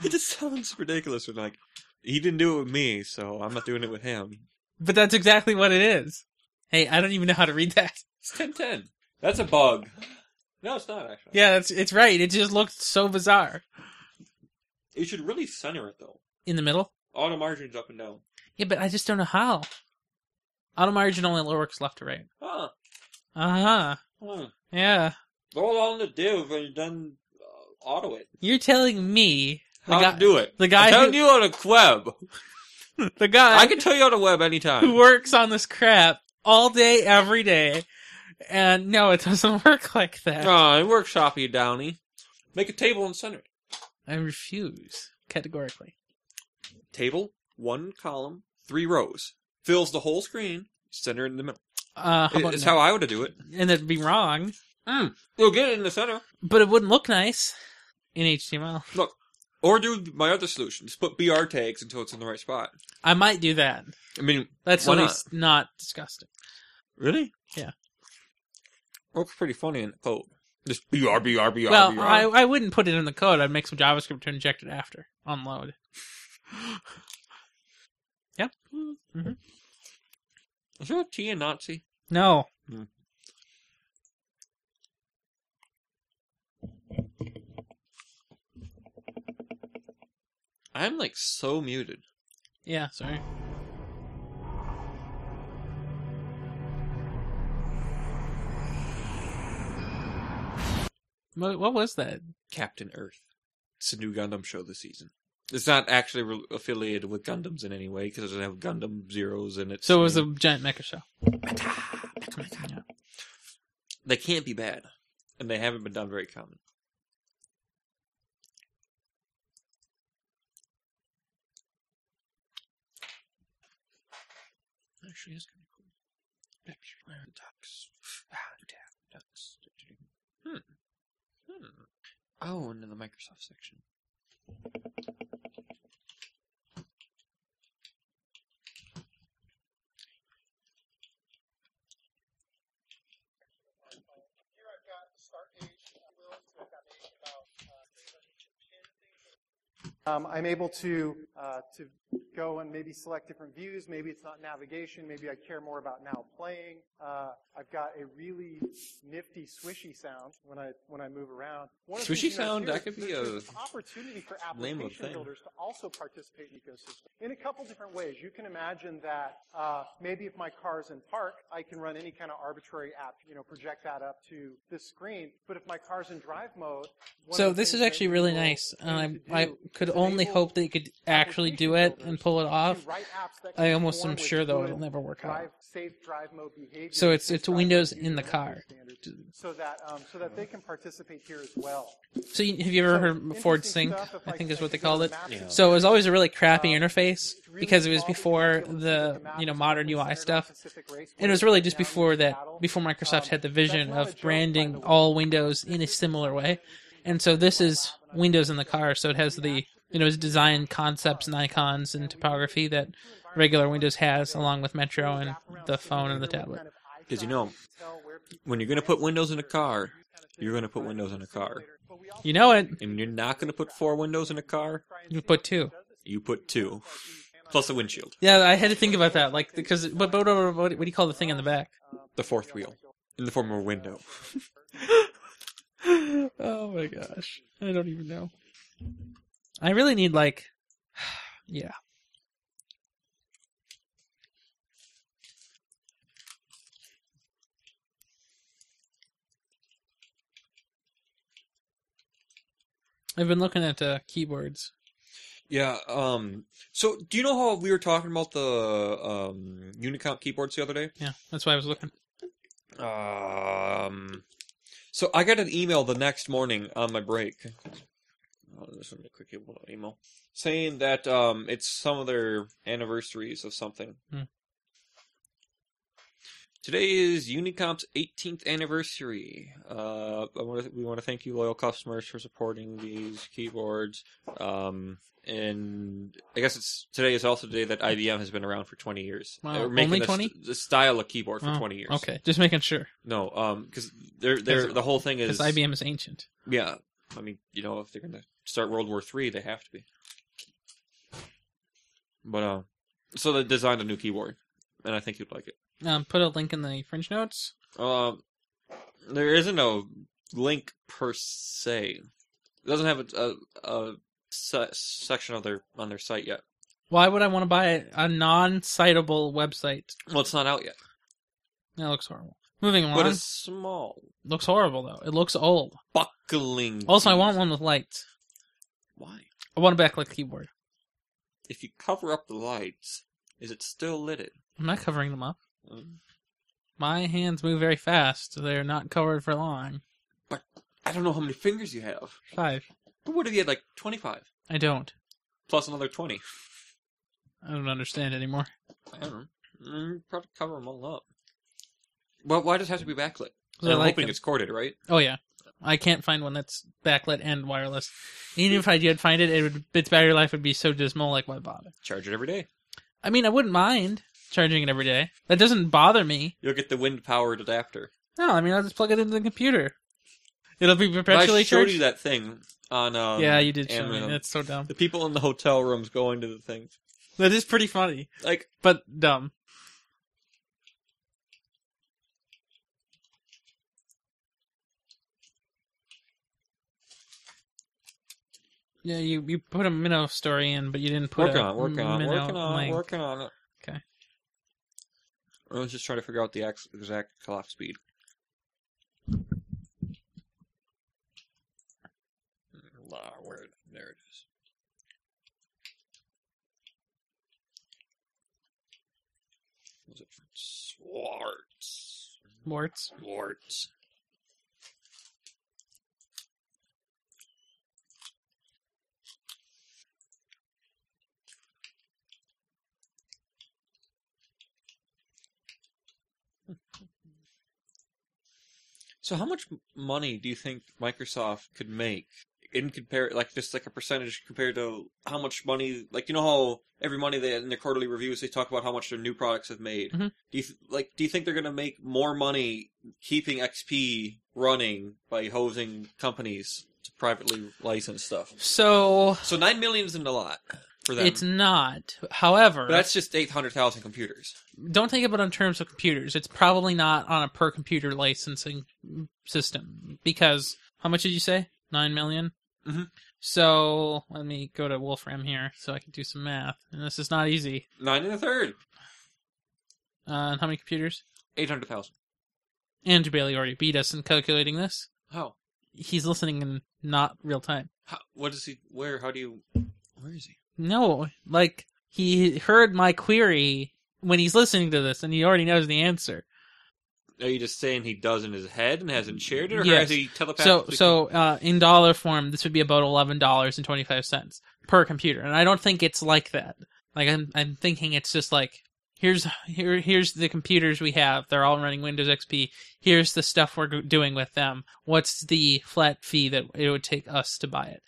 It just sounds ridiculous when like he didn't do it with me, so I'm not doing it with him. But that's exactly what it is. Hey, I don't even know how to read that. [laughs] It's ten ten. That's a bug. No, it's not actually. Yeah, that's it's right. It just looked so bizarre. You should really center it though. In the middle. Auto margins up and down. Yeah, but I just don't know how. Auto margin only works left to right. Huh. Uh huh. hmm. Yeah. Roll on the div and then uh, auto it. You're telling me the How guy, to do it? the guy I'm telling who- you on a web. [laughs] the guy I can tow you out a web who anytime. works on this crap all day, every day. And no, it doesn't [laughs] work like that. Oh, workshop you, Downey. Make a table and center it. I refuse categorically. Table, one column, three rows. Fills the whole screen, center it in the middle. Uh, how about It's no? how I would do it. and it'd be wrong, You'll get it in the center. but it wouldn't look nice in HTML. Or do my other solution. Just put BR tags until it's in the right spot. I might do that. I mean, That's Why at not? least not disgusting. really? Yeah. Looks pretty funny in the code. Just BR, BR, BR, well, BR. I, I wouldn't put it in the code. I'd make some JavaScript to inject it after on load. yep. Mhm. Mm-hmm. Is there a T in Nazi? No. Hmm. I'm like so muted. Yeah. Sorry. What, what was that? Captain Earth. It's a new Gundam show this season. It's not actually re- affiliated with Gundams in any way because it doesn't have Gundam zeros in it. So it was a giant mecha show. Yeah. They can't be bad, and they haven't been done very common. Actually, it's kind of cool. Ducks. Ah, dab, ducks. Hmm. Hmm. Oh, and in the Microsoft section. Um, I'm able to uh, to go and maybe select different views. Maybe it's not navigation. Maybe I care more about now playing. Uh, I've got a really nifty swishy sound when I when I move around. One of the Swishy things you notice sound? here That is could be there's a opportunity for name of application thing. builders to also participate in the ecosystem in a couple different ways. You can imagine that uh, maybe if my car's in park, I can run any kind of arbitrary app. You know, project that up to this screen. But if my car's in drive mode, one So of the this things is that actually we really will nice, and aim to I I do could is only enable hope that you could actually do it and pull it off. to write apps that I can almost conform am with sure though it'll good never work out. drive- safe drive mode behavior So it's and it's drive Windows mode in the user car. interface standards So that um, so that they can participate here as well. So you, have you ever So, heard of Ford interesting Sync? stuff. If I think is if what they go to called it. maps and So it was always a really crappy Um, interface it's really because it was foggy, before you'll see that the map you know is modern centered on UI stuff. Pacific And it was Raceway, really just down before near that, Seattle. before Microsoft had the vision that's not a of joke, by branding the way. all Windows in a similar way. And so this is Windows in the car, so it has the you know its design concepts and icons and typography that regular Windows has, along with Metro and the phone and the tablet. Because you know, when you're going to put Windows in a car, you're going to put Windows in a car. You know it. And you're not going to put four windows in a car, You put two. you put two, plus a windshield, Yeah, I had to think about that, like because but but what, what do you call the thing in the back? the fourth wheel, in the form of a window. [laughs] oh my gosh. I don't even know. I really need like [sighs] yeah. I've been looking at uh, keyboards. Yeah. Um. So, do you know how we were talking about the um Unicomp keyboards the other day? Yeah, that's why I was looking. Um. So I got an email the next morning on my break. Oh, this is a quick email saying that um it's some of their anniversaries of something. Hmm. Today is Unicomp's 18th anniversary. Uh, I want to, we want to thank you, loyal customers, for supporting these keyboards. Um, and I guess it's today is also the day that IBM has been around for 20 years. Wow, They're only the 20? st- the style of keyboard for Oh, 20 years. Okay, just making sure No, um, because they're they're 'Cause- the whole thing because is IBM is ancient. Yeah, I mean, you know, if they're gonna start World War Three, they have to be. But um, so they designed a new keyboard, and I think you'd like it. Um, put a link in the fringe notes. Um, there isn't a link per se. It doesn't have a a, a se- section of their on their site yet. Why would I want to buy a non-citable website? Well, it's not out yet, That looks horrible. Moving along. but it's small, Looks horrible though. It looks old. buckling. Also, I keys. want one with lights. Why? I want a backlit keyboard. if you cover up the lights, is it still lit? I'm not covering them up. Um, My hands move very fast. so They're not covered for long. I don't know how many fingers you have. Five. But what if you had like 25 I don't. plus another 20? I don't understand anymore. I don't know. Mm, you'd probably cover them all up. Well, why does it have to be backlit? 'Cause I'm I like hoping them. it's corded, right? Oh yeah, I can't find one that's backlit and wireless. Even if I did find it, it would, its battery life would be so dismal. Like, why bother? Charge it every day. I mean, I wouldn't mind charging it every day. That doesn't bother me. You'll get the wind powered adapter. No, I mean, I'll just plug it into the computer. It'll be I perpetually showed charged. you that thing on. Um, yeah, you did show me. Amazon. That's so dumb. The people in the hotel rooms going to the thing. That is pretty funny, Like, but dumb. Yeah, you, you put a minnow story in, but you didn't put working a on, working on, minnow working on, length. working on Uh, it. Okay. I was just trying to figure out the ex- exact clock speed. Ah, where there it is. Was it Swartz? Warts. Swartz. So, how much m- money do you think Microsoft could make in compare, like just like a percentage compared to how much money, like you know how every money they in their quarterly reviews they talk about how much their new products have made. Mhm. Do you th- like? Do you think they're going to make more money keeping XP running by hosing companies to privately license stuff? So So nine million isn't a lot for them. it's not. However, but that's just eight hundred thousand computers. don't think about it in terms of computers. It's probably not on a per computer licensing system because how much did you say? Nine million? Mhm. So let me go to Wolfram here so I can do some math. And this is not easy. Nine and a third, Uh, and how many computers? eight hundred thousand. Andrew Bailey already beat us in calculating this. How? He's listening in not real time. How? What is he? Where? How do you? Where is he? No, like he heard my query when he's listening to this, and he already knows the answer. Are you just saying he does in his head and hasn't shared it, or Yes. has he So, telepathically? so uh, in dollar form, this would be about eleven dollars and twenty five cents per computer, and I don't think it's like that. Like I'm, I'm thinking it's just like here's here here's the computers we have. They're all running Windows XP. Here's the stuff we're go- doing with them. What's the flat fee that it would take us to buy it?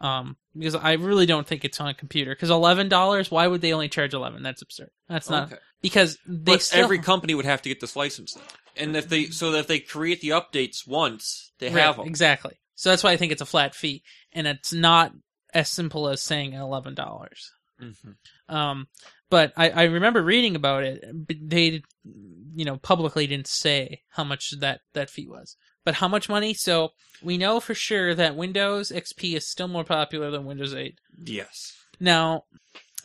Um, because I really don't think it's on a computer. Because eleven dollars, why would they only charge eleven? That's absurd. That's not Okay. because they But still every company would have to get this license, then. and if they so that if they create the updates once, they Right, have them. Exactly. So that's why I think it's a flat fee, and it's not as simple as saying eleven dollars. Mhm. Um, but I, I remember reading about it. But they, you know, publicly didn't say how much that that fee was. But how much money? So we know for sure that Windows XP is still more popular than Windows 8. Yes. Now,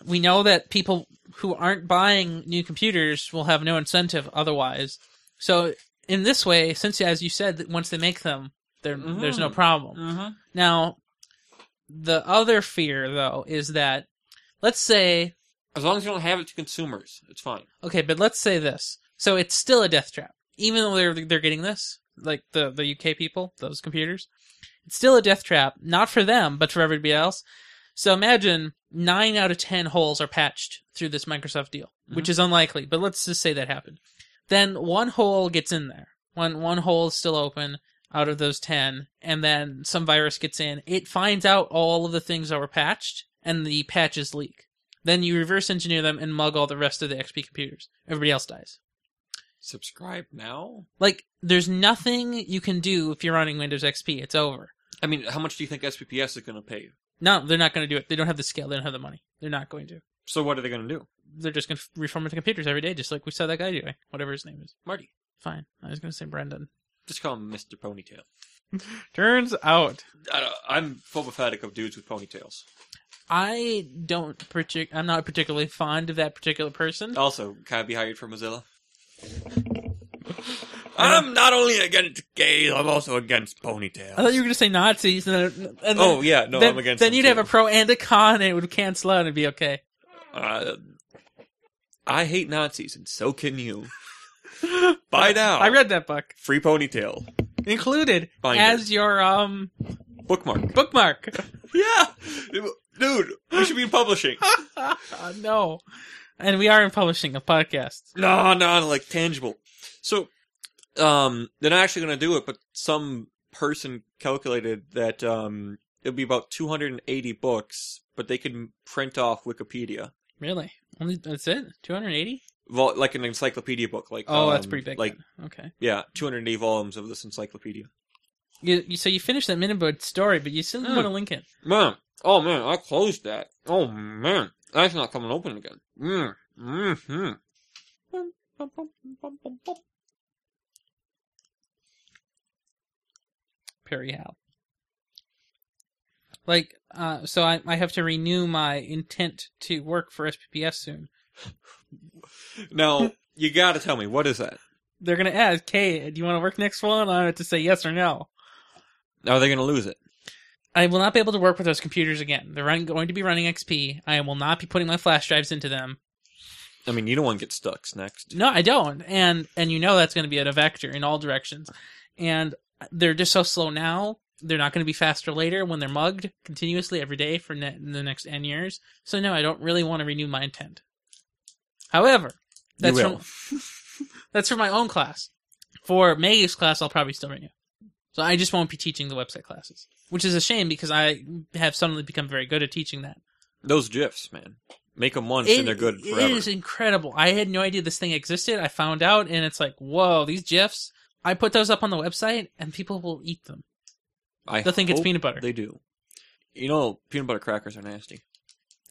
we know that people who aren't buying new computers will have no incentive otherwise. So, in this way, since as you said, that once they make them, there Mhm. there's no problem. Mm-hmm. Now, the other fear though is that, let's say, As long as you don't have it to consumers, it's fine. okay, but let's say this. So it's still a death trap, even though they're they're getting this, like the the UK people, those computers. It's still a death trap, not for them, but for everybody else. So imagine nine out of ten holes are patched through this Microsoft deal, Mm-hmm. which is unlikely, but let's just say that happened. Then one hole gets in there. One one hole is still open out of those ten, and then some virus gets in. It finds out all of the things that were patched, and the patches leak. Then you reverse engineer them and mug all the rest of the XP computers. Everybody else dies. Subscribe now. Like, there's nothing you can do if you're running Windows XP. It's over. I mean, how much do you think SPPS is going to pay? you? No, they're not going to do it. They don't have the scale. They don't have the money. They're not going to. So what are they going to do, They're just going to reformat the computers every day, just like we saw that guy doing, whatever his name is. Marty? Fine. I was going to say Brendan. Just call him Mister Ponytail. Turns [laughs] out. I don't- I'm phobophatic of dudes with ponytails. I don't partic- I'm not particularly fond of that particular person. Also, can I be hired for Mozilla? I'm not only against gays, I'm also against ponytails. I thought you were going to say Nazis. And then, and then- oh yeah, no, then, I'm against. Then them you'd too. have a pro and a con, and it would cancel out and it'd be okay. Uh, I hate Nazis, and so can you. Buy [laughs] now. I read that book. Free ponytail Included Find as your um [laughs] bookmark. bookmark. [laughs] Yeah, dude, we should be [laughs] in publishing. no. And we are in publishing a podcast. No, no, like tangible. So, um, they're not actually going to do it, but some person calculated that um, it'll be about 280 books, but they can print off Wikipedia, Really? Only that's it? Two hundred eighty? Vol- like an encyclopedia book. Like, Oh, that's um, pretty big. Like, then. okay. yeah, 280 volumes of this encyclopedia. You, you so you finished that Miniboard story, but you still didn't Hmm. want to link it. Man, oh man, I closed that. Oh man, that's not coming open again. Mm, mm-hmm. Perry Hal. Like, uh, so I, I have to renew my intent to work for SPPS soon. [laughs] Now you got to tell me what is that? They're gonna ask, "Hey, do you want to work next fall?" And I have to say yes or no. Are they going to lose it? I will not be able to work with those computers again. They're run, going to be running XP. I will not be putting my flash drives into them. I mean, you don't want to get stuck next. No, I don't. And and you know that's going to be at a vector in all directions. And they're just so slow now. They're not going to be faster later when they're mugged continuously every day for ne- the next n years. So no, I don't really want to renew my intent. However, that's will. from [laughs] that's for my own class. For Maggie's class, I'll probably still renew. So I just won't be teaching the website classes, which is a shame because I have suddenly become very good at teaching that. Those gifs, man. Make them once and they're good It- forever. It is incredible. I had no idea this thing existed. I found out, and it's like, whoa, these gifs. I put those up on the website, and people will eat them. I They'll think it's hope peanut butter. They do. You know, peanut butter crackers are nasty,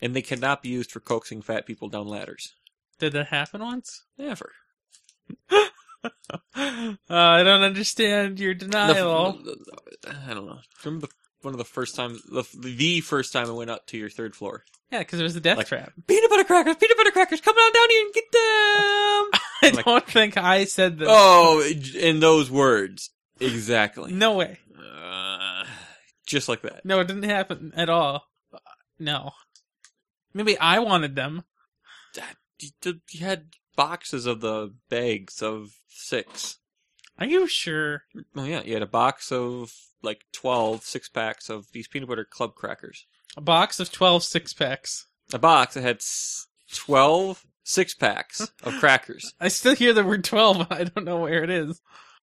and they cannot be used for coaxing fat people down ladders. Did that happen once? Never. Uh, I don't understand your denial. The- the- the- I don't know. Remember the, one of the first times, the, the first time I went up to your third floor. Yeah, because it was the death Like- trap. [laughs] Peanut butter crackers, peanut butter crackers, come on down here and get them. I [laughs] like- don't think I said this. oh, in those words, exactly. No way. Uh, just like that. No, it didn't happen at all. Uh, No. Maybe I wanted them. You, did- you had boxes of the bags of six. Are you sure? Oh yeah, you had a box of like 12 six packs of these peanut butter club crackers. A box of 12 six packs. A box that had s- 12 six packs of crackers. I still hear the word [laughs] 12. I don't know where it is.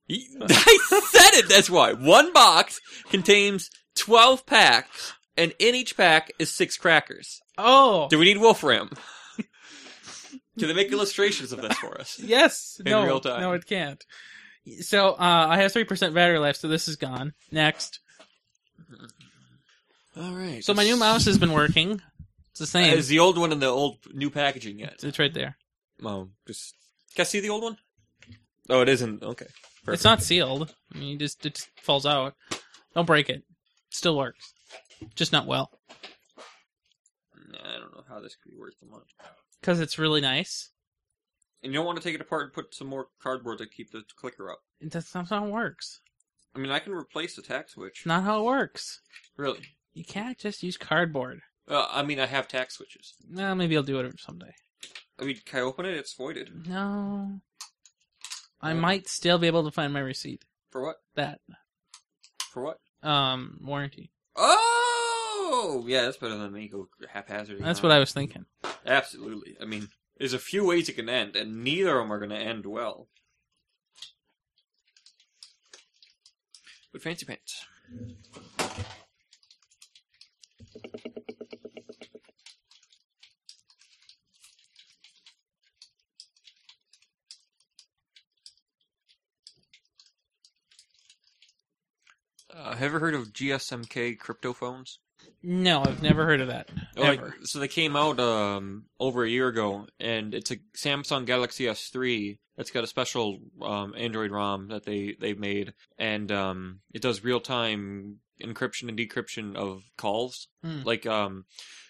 I [laughs] said it. That's why one box contains twelve packs, and in each pack is six crackers. Oh. Do we need Wolfram? [laughs] Can they make illustrations of this for [laughs] us? Yes. in no, real time. No, it can't. So uh, I have three percent battery life, so this is gone. Next. All right. So my new mouse has been working. It's the same. Uh, is the old one in the old new packaging yet? it's right there. Oh, just can I see the old one? Oh, it isn't. Okay. It's not sealed. I mean, it just it just falls out. Don't break it. Still works. Just not well Nah, I don't know how this could be worth the money. because it's really nice. And you don't want to take it apart and put some more cardboard to keep the clicker up. It- That's not how it works. I mean, I can replace the tack switch. It's not how it works. Really? You can't just use cardboard. Uh, I mean, I have tack switches. No, maybe I'll do it someday. I mean, can I open it? It's voided. Mm-hmm. No. I Oh. might still be able to find my receipt. For what? That For what? um warranty. Oh, yeah, that's better than me go haphazard. That's what I was thinking. Absolutely. I mean, there's a few ways it can end, and neither of them are going to end well. But fancy pants. Uh, have you ever heard of GSMK crypto phones? No, I've never heard of that. Like, ever. so they came out um, over a year ago, and it's a Samsung Galaxy S3 that's got a special um, Android ROM that they they made, and um, it does real time encryption and decryption of calls. Hmm. Like, um,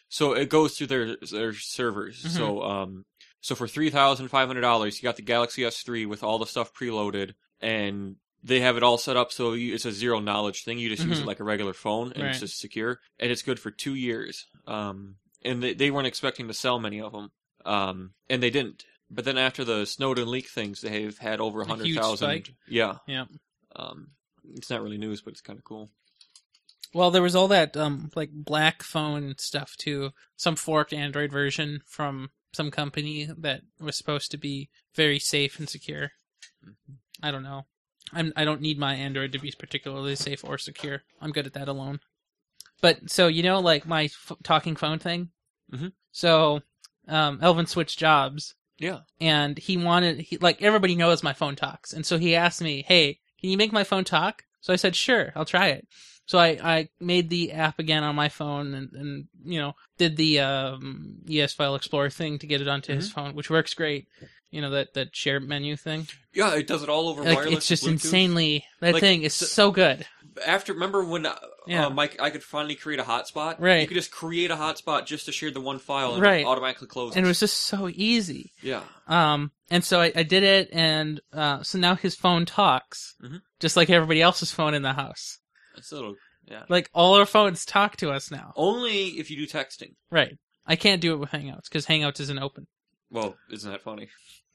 so it goes through their their servers. Mhm. So, um, so for three thousand five hundred dollars, you got the Galaxy S3 with all the stuff preloaded, and they have it all set up so you, it's a zero knowledge thing. You just use Mhm. it like a regular phone, and it's Right. just secure, and it's good for two years. Um, and they, they weren't expecting to sell many of them, um, and they didn't. But then after the Snowden leak things, they have had over A huge hundred thousand. spike. Yeah, Yep. Um, it's not really news, but it's kind of cool. Well, there was all that um like black phone stuff too. Some forked Android version from some company that was supposed to be very safe and secure. I don't know. I'm I don't need my Android to be particularly safe or secure. I'm good at that alone. But so you know, like my f- talking phone thing. Mhm. So, um, Elvin switched jobs. Yeah. and he wanted he like everybody knows my phone talks and so he asked me hey can you make my phone talk so i said sure i'll try it so i i made the app again on my phone and and you know did the um es file explorer thing to get it onto Mm-hmm. his phone which works great you know that that share menu thing Yeah, it does it all over like wireless. it's just Bluetooth. insanely that Like, thing is so- so good After, remember when uh, Yeah. uh, Mike, I could finally create a hotspot. Right. You could just create a hotspot just to share the one file and Right. it automatically closes. and it was just so easy yeah. Um, and so I, I did it, and uh, so now his phone talks, Mhm. just like everybody else's phone in the house. It's a little yeah. Like all our phones talk to us now. Only if you do texting. Right. I can't do it with Hangouts because Hangouts isn't open. Well, isn't that funny?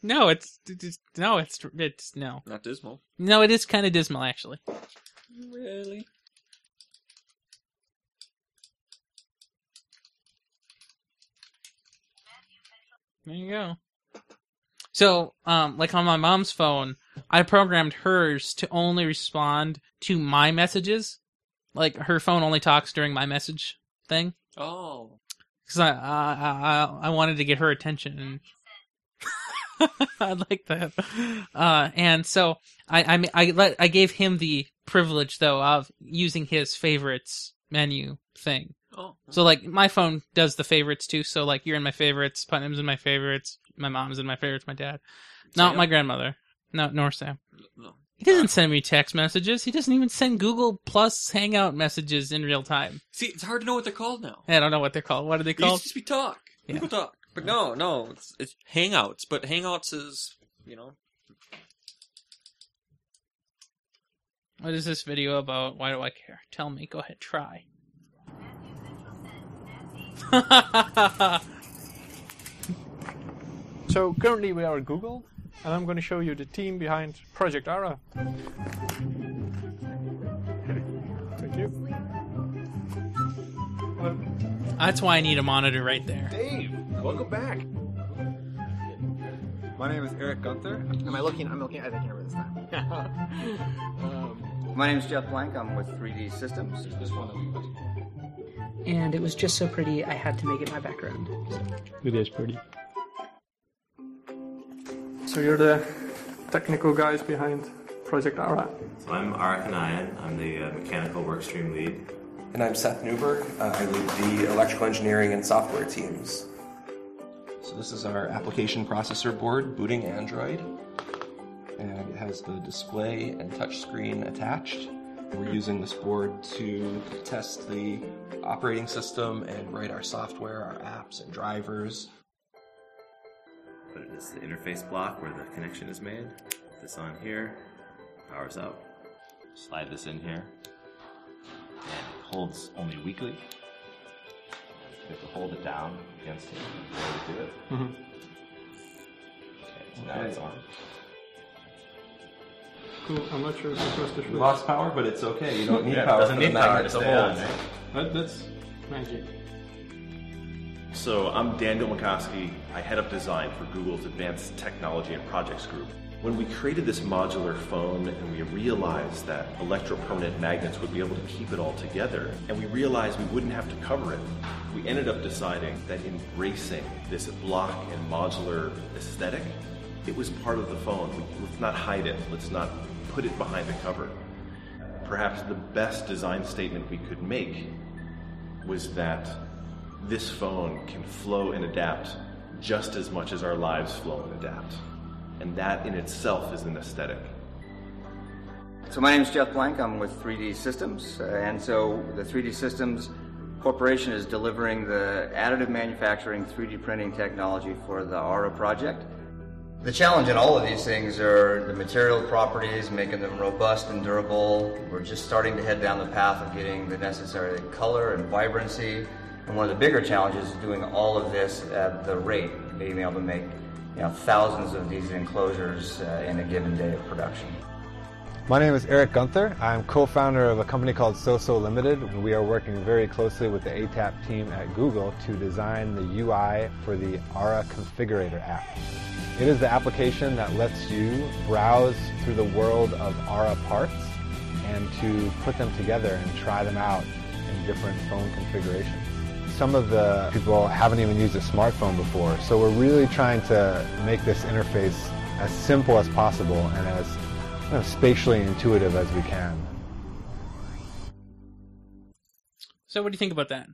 No, it's, it's no, it's it's no, Not dismal. no. It is kind of dismal actually. Really? There you go. So, um, like on my mom's phone, I programmed hers to only respond to my messages. Like her phone only talks during my message thing. Oh. because I, I I I wanted to get her attention. [laughs] I like that. Uh, and so I I mean, I let I gave him the privilege though of using his favorites menu thing. Oh. So like my phone does the favorites too. So like you're in my favorites, Putnam's in my favorites, my mom's in my favorites, my dad, not Sam? my grandmother, no nor Sam. No. Uh. He doesn't send me text messages. He doesn't even send Google Plus Hangout messages in real time. See, it's hard to know what they're called now. I don't know what they're called. What are they It used called? to just be talk. Yeah. People talk. But no, no, it's, it's Hangouts. But Hangouts is, you know, What is this video about? Why do I care? Tell me. Go ahead. Try. [laughs] [laughs] So currently we are at Google, and I'm going to show you the team behind Project Ara. Hmm. Thank you. Hello. That's why I need a monitor right there. Dave, welcome back. My name is Eric Gunther. Am I looking? I'm looking at the camera this time. [laughs] um, My name is Jeff Blank. I'm with 3D Systems. this one that we put. and it was just so pretty I had to make it my background. It is pretty. So you're the technical guys behind Project Ara. So I'm Arak Anayan. I'm the uh, mechanical workstream lead. And I'm Seth Newberg. Uh, I lead the electrical engineering and software teams. So this is our application processor board booting Android. And it has the display and touchscreen attached. We're using this board to test the operating system and write our software, our apps, and drivers. But it's the interface block where the connection is made. Put this on here, powers up. Slide this in here. And it holds only weakly. You have to hold it down against it in order to do it. Mm-hmm. Okay, so now it's on. Cool. I'm not sure if I'm supposed to We show lost power, but it's okay. [laughs] You don't need Yeah, it power. doesn't for the need power, magnet it's a to hold. hold. That, that's magic. So I'm Daniel McCoskey. I head up design for Google's Advanced Technology and Projects Group. When we created this modular phone and we realized that electropermanent magnets would be able to keep it all together, and we realized we wouldn't have to cover it, we ended up deciding that embracing this block and modular aesthetic, it was part of the phone. We- Let's not hide it. Let's not put it behind a cover. Perhaps the best design statement we could make was that this phone can flow and adapt just as much as our lives flow and adapt. And that in itself is an aesthetic. So my name is Jeff Blank. I'm with 3D Systems, uh, and so the 3D Systems Corporation is delivering the additive manufacturing 3D printing technology for the ARA project. The challenge in all of these things are the material properties, making them robust and durable. We're just starting to head down the path of getting the necessary color and vibrancy And one of the bigger challenges is doing all of this at the rate, being able to make you know, thousands of these enclosures uh, in a given day of production. My name is Eric Gunther. I'm co-founder of a company called SoSo Limited. We are working very closely with the ATAP team at Google to design the UI for the Aura Configurator app. It is the application that lets you browse through the world of Aura parts and to put them together and try them out in different phone configurations. Some of the people haven't even used a smartphone before, so we're really trying to make this interface as simple as possible and as kind of spatially intuitive as we can. So, what do you think about that?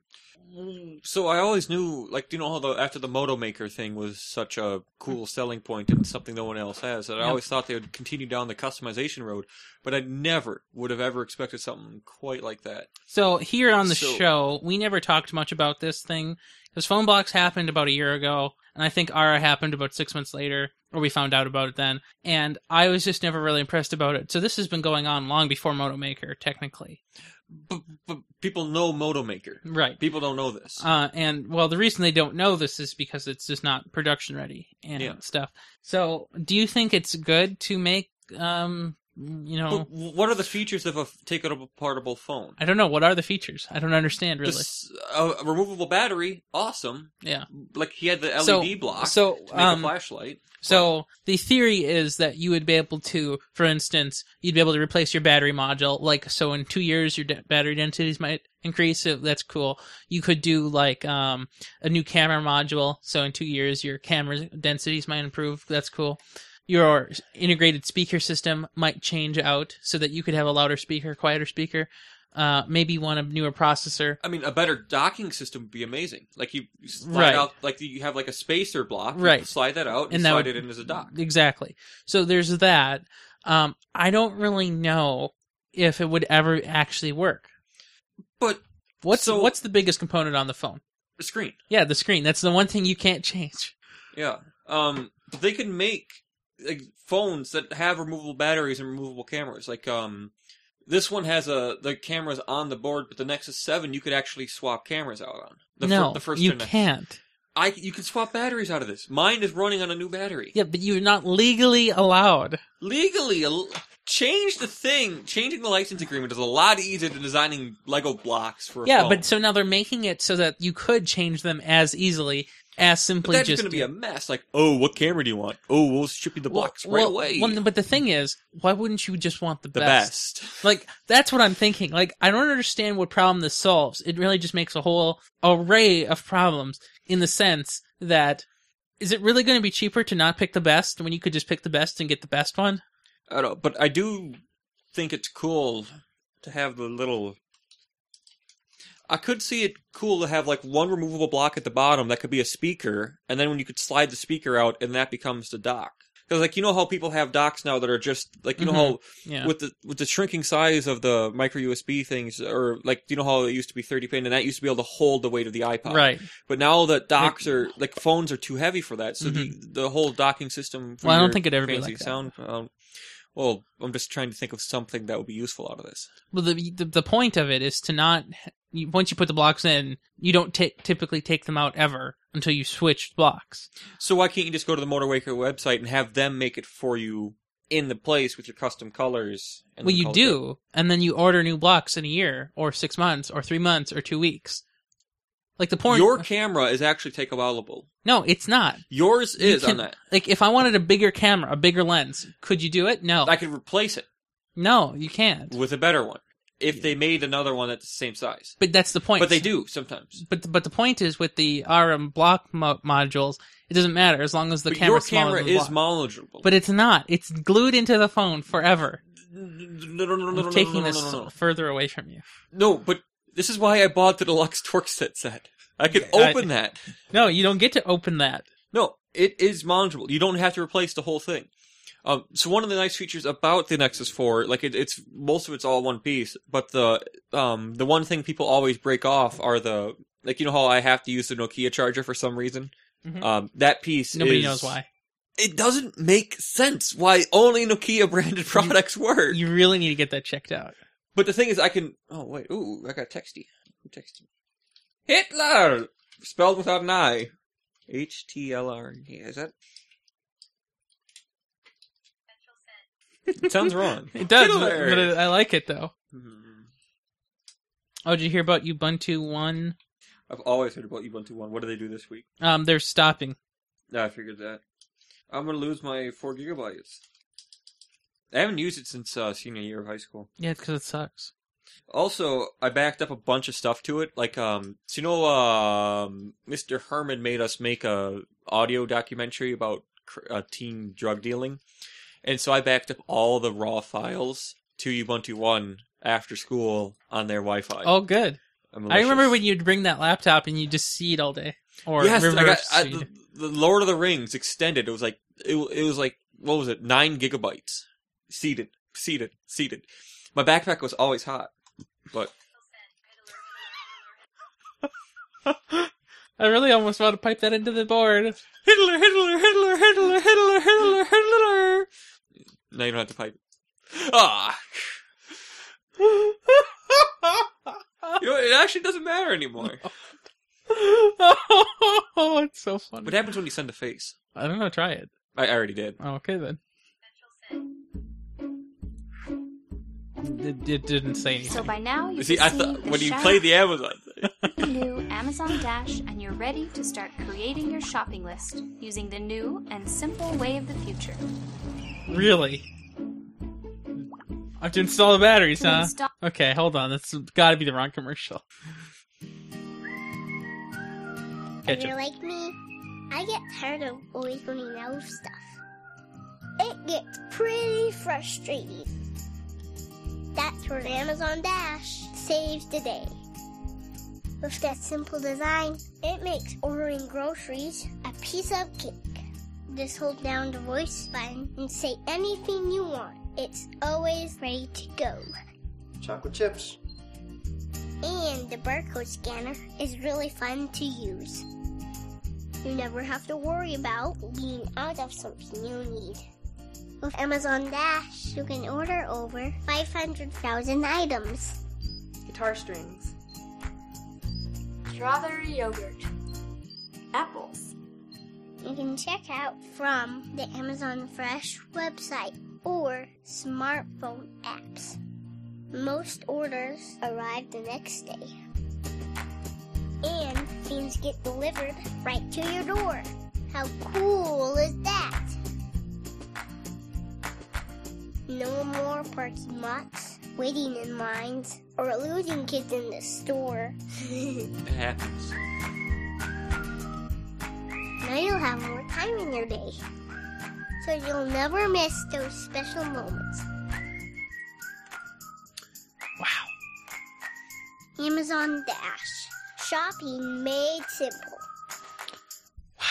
So I always knew, like, you know, how the after the Moto Maker thing was such a cool selling point and something no one else has, that I Yep. always thought they would continue down the customization road, but I never would have ever expected something quite like that. So here on the So- show, we never talked much about this thing because Phone Box happened about a year ago, and I think Aura happened about six months later, or we found out about it then. And I was just never really impressed about it. So this has been going on long before Moto Maker, technically. But people know Moto Maker, right? People don't know this. Uh, and well, the reason they don't know this is because it's just not production ready and Yeah. stuff. So, do you think it's good to make, um, you know, But what are the features of a f- takeable portable phone? I don't know what are the features? I don't understand really. Just a, a removable battery, awesome. Yeah. Like he had the LED So- block so, to make um, a flashlight. So the theory is that you would be able to, for instance, you'd be able to replace your battery module. Like, so in two years, your de- battery densities might increase. So that's cool. You could do like um, a new camera module. So in two years, your camera densities might improve. That's cool. Your integrated speaker system might change out so that you could have a louder speaker, quieter speaker. Uh, maybe one a newer processor. I mean, a better docking system would be amazing. Like you slide Right. out, like you have like a spacer block, you Right. Slide that out and, that would- slide it in as a dock. Exactly. So there's that. Um, I don't really know if it would ever actually work. But what's what's the biggest component on the phone? The screen. Yeah, the screen. That's the one thing you can't change. Yeah. Um, but they could make like phones that have removable batteries and removable cameras. Like um, this one has a the cameras on the board, but the Nexus Seven you could actually swap cameras out on. The fir- no, the first you gen- can't. I you can swap batteries out of this. Mine is running on a new battery. Yeah, but you're not legally allowed. Legally, al- change the thing. Changing the license agreement is a lot easier than designing Lego blocks for. A Yeah, phone. but so now they're making it so that you could change them as easily as But simply that's just going to be a mess. Like, oh, what camera do you want? Oh, we'll ship you the blocks right well, away. well, but the thing is, why wouldn't you just want the, The best? [laughs] Like that's what I'm thinking. Like I don't understand what problem this solves. It really just makes a whole array of problems in the sense that is it really going to be cheaper to not pick the best when you could just pick the best and get the best one? I don't know, but I do think it's cool to have the little. I could see it cool to have like one removable block at the bottom that could be a speaker, and then when you could slide the speaker out, and that becomes the dock. Because like you know how people have docks now that are just like you know how Mhm. Yeah. with the with the shrinking size of the micro USB things, or like you know how it used to be thirty pin, and that used to be able to hold the weight of the iPod. Right. But now that docks are like phones are too heavy for that, so Mm-hmm. the, the whole docking system. For Well, I don't your think it'd ever be fancy like that. sound. Um, well, I'm just trying to think of something that would be useful out of this. Well, the the, the point of it is to not you, once you put the blocks in, you don't ta typically take them out ever until you switch blocks. So why can't you just go to the Motorwaker website and have them make it for you in the place with your custom colors? And well, then you color do, and then you order new blocks in a year, or six months, or three months, or two weeks. Like the grade. porn. Your camera is actually takeaboutable. no, it's not. Yours You is on can- that. Like, if I wanted a bigger camera, a bigger lens, could you do it? No. I could replace it No, you can't. with a better one if they made another one that's the same size. But that's the point. But they do sometimes. But but the point is with the RM block mo- modules, it doesn't matter as long as the But camera. your camera is knowledgeable. But it's not. It's glued into the phone forever. No, no, no, no, I'm no, no, taking no, no, this no, no, no. further away from you. No, but this is why I bought the deluxe [laughs] Torx set set. I could I- open that. No, you don't get to open that. No, it is manageable. You don't have to replace the whole thing. Um, so one of the nice features about the Nexus 4, like it, it's most of it's all one piece, but the um, the one thing people always break off are the like you know how I have to use the Nokia charger for some reason. Mhm. Um, that piece Nobody is- knows why. It doesn't make sense why only Nokia branded [laughs] products work. You really need to get that checked out. But the thing is, I can. Oh wait, ooh, I got texty. Texty. Hitler! Spelled without an I. H T L R. Yeah, is that? It sounds wrong. [laughs] It does, but, Hitler! but it- I like it though. Hmm. Oh, did you hear about Ubuntu One? I've always heard about E Ubuntu 1. What do they do this week? Um, they're stopping. No, I figured that. I'm going to lose my 4 gigabytes. I haven't used it since uh, senior year of high school. Yeah, it's because it sucks. Also, I backed up a bunch of stuff to it. Like, um, so you know, um, Mr. Herman made us make a audio documentary about cr- uh, teen drug dealing, and so I backed up all the raw files to Ubuntu One after school on their Wi-Fi. oh, good. I'm I remember when you'd bring that laptop and you just seed all day or yes, reverse I got I, seed. the, the Lord of the Rings extended. It was like it, it was like what was it? Nine gigabytes, seated, seated, seated. My backpack was always hot, but I really almost want to pipe that into the board. Hitler, Hitler, Hitler, Hitler, Hitler, Hitler, Hitler. now you don't have to pipe. Ah. You know, it actually doesn't matter anymore. [laughs] oh, it's so funny. What happens when you send a face? I don't know. Try it. Oh, I I already did. Okay then. It, it didn't say anything. So by now you See, I thought when you play the Amazon, new Amazon Dash and you're ready to start creating your shopping list using the new and simple way of the future. Really? I have to install the batteries, To huh? install- Okay, hold on. That's got to be the wrong commercial. Catch You're it. like me. I get tired of always learning elf stuff. It gets pretty frustrating. That's where Amazon Dash saves the day. With that simple design, it makes ordering groceries a piece of cake. Just hold down the voice button and say anything you want. It's always ready to go. Chocolate chips. And the barcode scanner is really fun to use. You never have to worry about being out of something you need. With Amazon Dash, you can order over 500,000 items. Guitar strings. Strawberry yogurt. Apples. You can check out from the Amazon Fresh website or smartphone apps. Most orders arrive the next day. And things get delivered right to your door. How cool is that? No more parking lots, waiting in lines, or losing kids in the store. [laughs] it happens. Now you'll have more time in your day. So you'll never miss those special moments. Wow. Amazon Dash. Shopping made simple. Wow.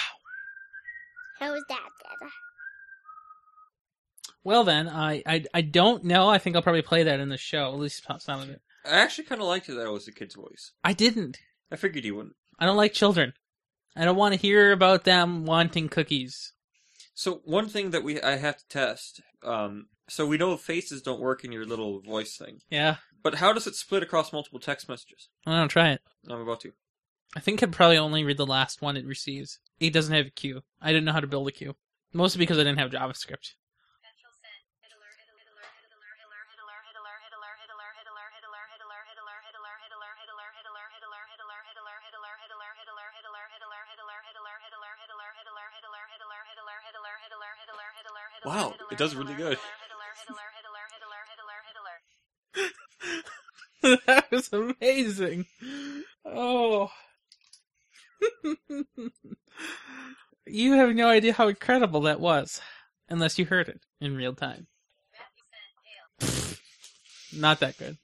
How was that, Dada? Well then, I, I I don't know. I think I'll probably play that in the show, at least some of it. I actually kind of liked it that it was a kid's voice. I didn't. I figured you wouldn't. I don't like children. I don't want to hear about them wanting cookies. So one thing that we I have to test. Um, so we know faces don't work in your little voice thing. Yeah. But how does it split across multiple text messages? I don't try it. I'm about to. I think I'd probably only read the last one it receives. It doesn't have a queue. I didn't know how to build a queue. Mostly because I didn't have JavaScript. Wow, it does really good. [laughs] that was amazing. Oh. [laughs] you have no idea how incredible that was. Unless you heard it in real time. [laughs] Not that good.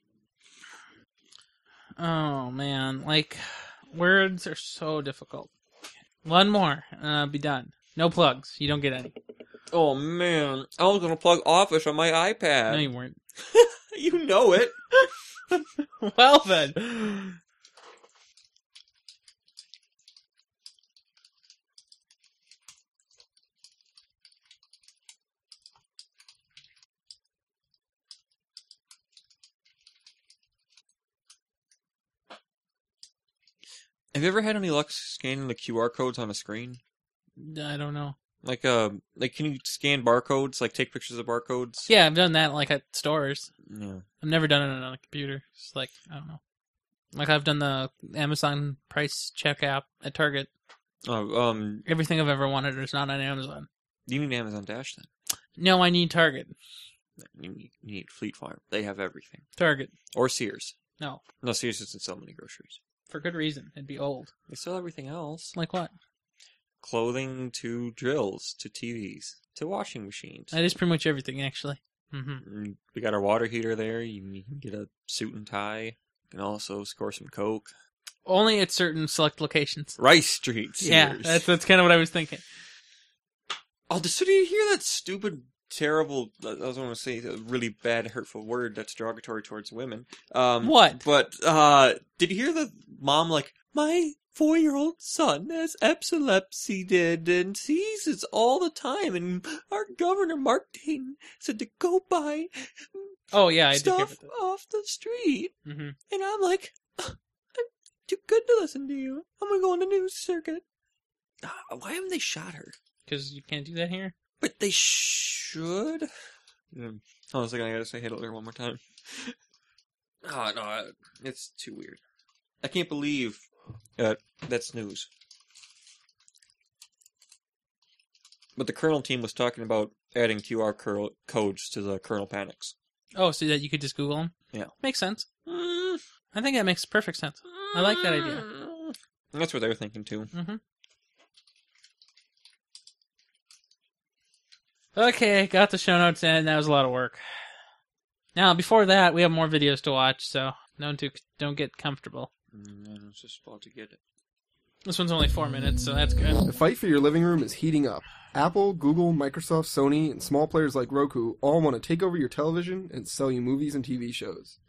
Oh man, like words are so difficult. One more, uh, be done. No plugs. You don't get any. Oh man, I was gonna plug Office on my iPad. No, you [laughs] weren't. you know it. [laughs] well then. Have you ever had any luck scanning the QR codes on a screen? I don't know. Like, uh, like can you scan barcodes? Like, take pictures of barcodes? Yeah, I've done that like at stores. Yeah. I've never done it on a computer. It's like I don't know. Like I've done the Amazon price check app at Target. Oh, um, Everything I've ever wanted is not on Amazon. you need Amazon Dash then. No, I need Target. You need, you need Fleet Farm. They have everything. Target. Or Sears. No, No, Sears doesn't sell many groceries. for good reason. It'd be old. They sell everything else. Like what? Clothing to drills to TVs to washing machines. That is pretty much everything, actually. Mm-hmm. Mm, We got our water heater there. You can you can get a suit and tie. You can also score some Coke. Only at certain select locations. Rice Street Sears. Yeah, that's that's kind of what I was thinking. Oh, did so do you hear that stupid, terrible? I was going to say a really bad, hurtful word that's derogatory towards women. Um, What? But uh, did you hear the mom like my four-year-old son has epilepsy, did and seizes all the time, and our governor Mark Dayton said to go buy Oh yeah, I did hear stuff about off the street, that. Mm-hmm. and I'm like, "Uh, I'm too good to listen to you. I'm gonna go on the news circuit. Ah, Uh, Why haven't they shot her? Because you can't do that here. But they should. Mm. Hold on a second, I gotta say Hitler one more time. [laughs] Ah, no, I- it's too weird. I can't believe uh, that's news. But the Colonel team was talking about adding QR curl- codes to the Colonel Panics. Oh, so that you could just Google them. Yeah. Makes sense. I think that makes perfect sense. I like that idea. And that's what they were thinking too. Mm-hmm. Okay, got the show notes in. That was a lot of work. Now, before that, we have more videos to watch, so don't do, don't get comfortable. Mm, I was just about to get it. This one's only four minutes, so that's good. The fight for your living room is heating up. Apple, Google, Microsoft, Sony, and small players like Roku all want to take over your television and sell you movies and TV shows.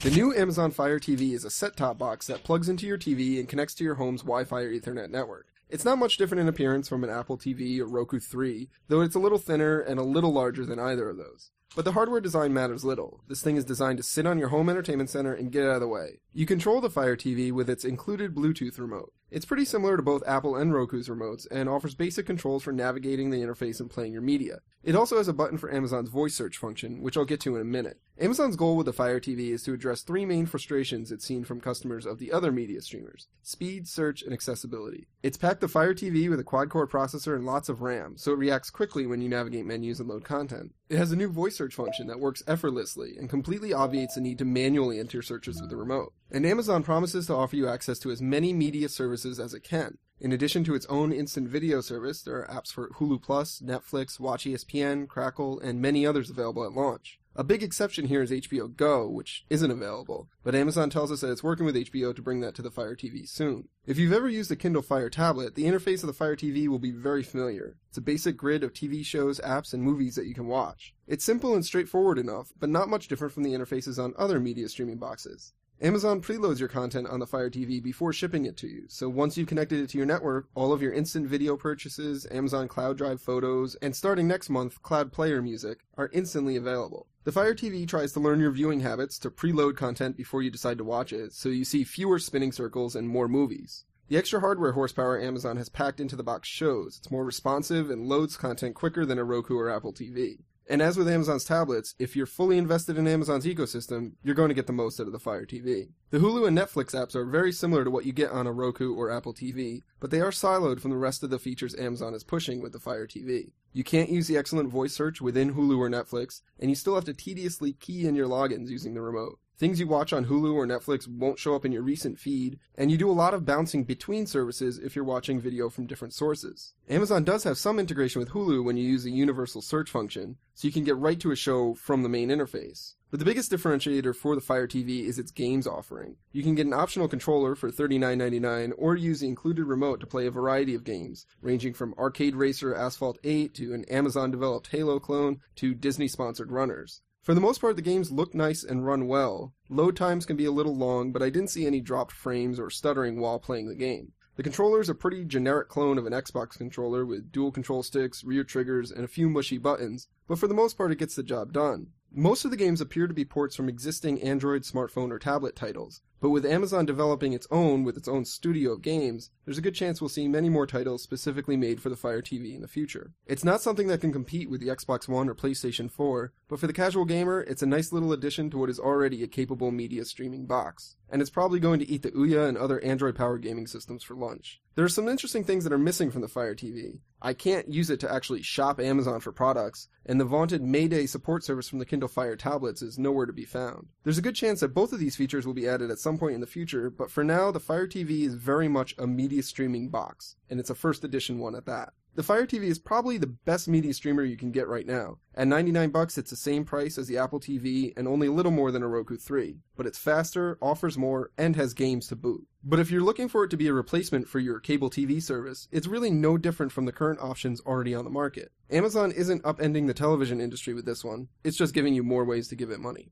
The new Amazon Fire TV is a set top box that plugs into your TV and connects to your home's Wi Fi or Ethernet network. It's not much different in appearance from an Apple TV or Roku 3, though it's a little thinner and a little larger than either of those. But the hardware design matters little. This thing is designed to sit on your home entertainment center and get out of the way. You control the Fire TV with its included Bluetooth remote. It's pretty similar to both Apple and Roku's remotes and offers basic controls for navigating the interface and playing your media. It also has a button for Amazon's voice search function, which I'll get to in a minute. Amazon's goal with the Fire TV is to address three main frustrations it's seen from customers of the other media streamers speed, search, and accessibility. It's packed the Fire TV with a quad core processor and lots of RAM, so it reacts quickly when you navigate menus and load content. It has a new voice search function that works effortlessly and completely obviates the need to manually enter searches with the remote. And Amazon promises to offer you access to as many media services as it can. In addition to its own instant video service, there are apps for Hulu Plus, Netflix, Watch E ESPN, Crackle, and many others available at launch. A big exception here is HBO Go, which isn't available, but Amazon tells us that it's working with HBO to bring that to the Fire TV soon. If you've ever used a Kindle Fire tablet, the interface of the Fire TV will be very familiar. It's a basic grid of TV shows, apps, and movies that you can watch. It's simple and straightforward enough, but not much different from the interfaces on other media streaming boxes. Amazon preloads your content on the Fire TV before shipping it to you. So once you've connected it to your network, all of your instant video purchases, Amazon Cloud Drive photos, and starting next month, Cloud Player music are instantly available. The Fire TV tries to learn your viewing habits to preload content before you decide to watch it, so you see fewer spinning circles and more movies. The extra hardware horsepower Amazon has packed into the box shows. It's more responsive and loads content quicker than a Roku or Apple TV. And as with Amazon's tablets, if you're fully invested in Amazon's ecosystem, you're going to get the most out of the Fire TV. The Hulu and Netflix apps are very similar to what you get on a Roku or Apple TV, but they are siloed from the rest of the features Amazon is pushing with the Fire TV. You can't use the excellent voice search within Hulu or Netflix, and you still have to tediously key in your logins using the remote. Things you watch on Hulu or Netflix won't show up in your recent feed, and you do a lot of bouncing between services if you're watching video from different sources. Amazon does have some integration with Hulu when you use the universal search function, so you can get right to a show from the main interface. But the biggest differentiator for the Fire TV is its games offering. You can get an optional controller for $39.99 or use the included remote to play a variety of games, ranging from Arcade Racer Asphalt 8 to an Amazon developed Halo clone to Disney sponsored runners. For the most part, the games look nice and run well. Load times can be a little long, but I didn't see any dropped frames or stuttering while playing the game. The controller is a pretty generic clone of an Xbox controller with dual control sticks, rear triggers, and a few mushy buttons, but for the most part, it gets the job done. Most of the games appear to be ports from existing Android smartphone or tablet titles, but But with Amazon developing its own with its own studio of games, there's a good chance we'll see many more titles specifically made for the Fire TV in the future. It's not something that can compete with the Xbox One or PlayStation 4, but for the casual gamer, it's a nice little addition to what is already a capable media streaming box. And it's probably going to eat the Ouya and other Android powered gaming systems for lunch. There are some interesting things that are missing from the Fire TV. I can't use it to actually shop Amazon for products, and the vaunted Mayday support service from the Kindle Fire tablets is nowhere to be found. There's a good chance that both of these features will be added at some point in the future, but for now, the Fire TV is very much a media streaming box, and it's a first edition one at that. The Fire TV is probably the best media streamer you can get right now. At 99 bucks, it's the same price as the Apple TV and only a little more than a Roku 3, but it's faster, offers more, and has games to boot. But if you're looking for it to be a replacement for your cable TV service, it's really no different from the current options already on the market. Amazon isn't upending the television industry with this one, it's just giving you more ways to give it money.